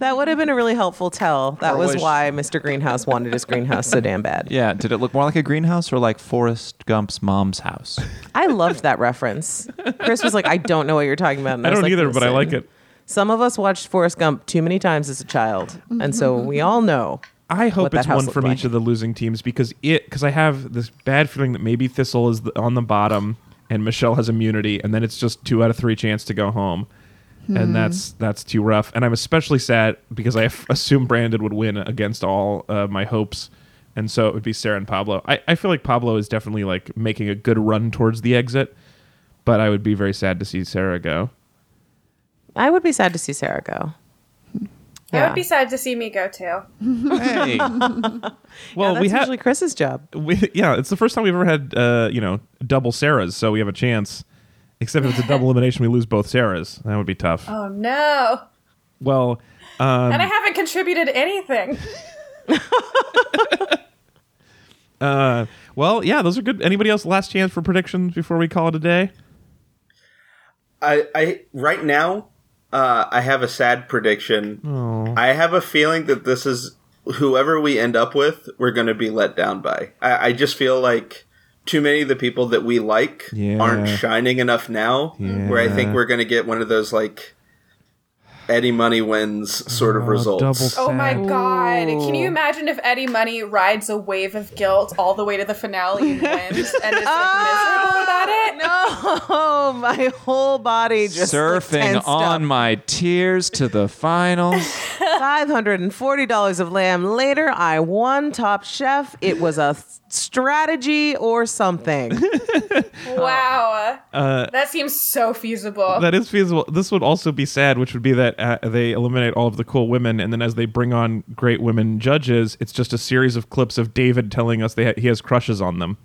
That would have been a really helpful tell. That Or was was- why Mr. Greenhouse wanted his greenhouse so damn bad. Yeah, did it look more like a greenhouse or like Forrest Gump's mom's house? I loved that reference. Chris was like, I don't know what you're talking about. And I was don't like, either, but I "Listen, like it. Some of us watched Forrest Gump too many times as a child. And so we all know. I what hope that it's house one looked from like. each of the losing teams because it because I have this bad feeling that maybe Thistle is the, on the bottom and Michelle has immunity, and then it's just two out of three chance to go home, and that's that's too rough. And I'm especially sad because I f- assume Brandon would win against all uh, my hopes, and so it would be Sarah and Pablo. I, I feel like Pablo is definitely like making a good run towards the exit, but I would be very sad to see Sarah go. I would be sad to see Sarah go. I would be sad to see me go too. Hey, Well, That's we have usually Chris's job. we, yeah, it's the first time we've ever had uh, you know double Sarahs, so we have a chance. Except if it's a double elimination, we lose both Sarahs. That would be tough. Oh no. Well, and Um, I haven't contributed anything. uh, well, yeah, those are good. Anybody else last chance for predictions before we call it a day? I, I right now, uh, I have a sad prediction. I have a feeling that this is whoever we end up with, we're going to be let down by. I, I just feel like too many of the people that we like Yeah. aren't shining enough now. Where I think Yeah. we're going to get one of those like Eddie Money wins sort of results. double- Oh my Sad. god. Can you imagine if Eddie Money rides a wave of guilt all the way to the finale and wins and is like, miserable Ah! about it? No, Oh, my whole body just like, surfing tensed on up. my tears to the finals. $540 of lamb later, I won Top Chef. It was a th- strategy or something. Wow. that seems so feasible. Uh, That is feasible. This would also be sad, which would be that uh, they eliminate all of the cool women, and then as they bring on great women judges, it's just a series of clips of David telling us they ha- he has crushes on them.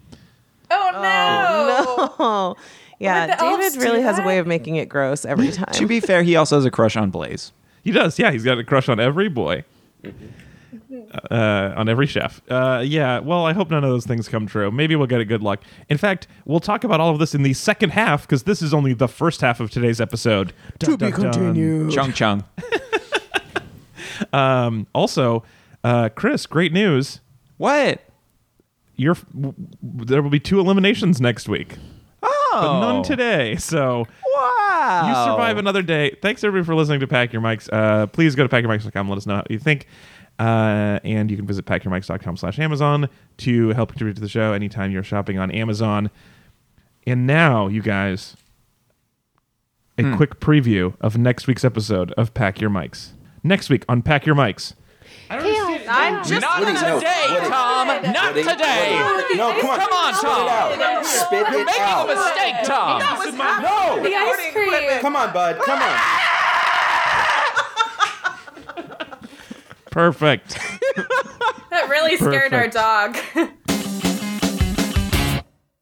oh no. Oh, yeah. Would the elves David really do has a that? way of making it gross every time. to be fair, he also has a crush on Blaze. He does. Yeah, he's got a crush on every boy, uh, on every chef. Uh, yeah. Well, I hope none of those things come true. Maybe we'll get a good luck. In fact, we'll talk about all of this in the second half because this is only the first half of today's episode. to be continued. Chung Chung. Also, uh, Chris, great news. What? You're, w- w- there will be two eliminations next week, Oh, but none today. So Wow. you survive another day. Thanks everybody for listening to Pack Your Mics. Uh, please go to packyourmics.com. Let us know what you think. Uh, and you can visit packyourmics.com slash Amazon to help contribute to the show anytime you're shopping on Amazon. And now, you guys, a quick preview of next week's episode of Pack Your Mics. Next week on Pack Your Mics. I'm just Not Woody, no, today, Woody. Tom. Oh, Not Woody, today. Woody. No, come on. Come on, Spit it Tom. out. Spit it Making a out. mistake, Tom. No. the ice cream. Come on, bud. Come on. Perfect. That really scared our Perfect. dog.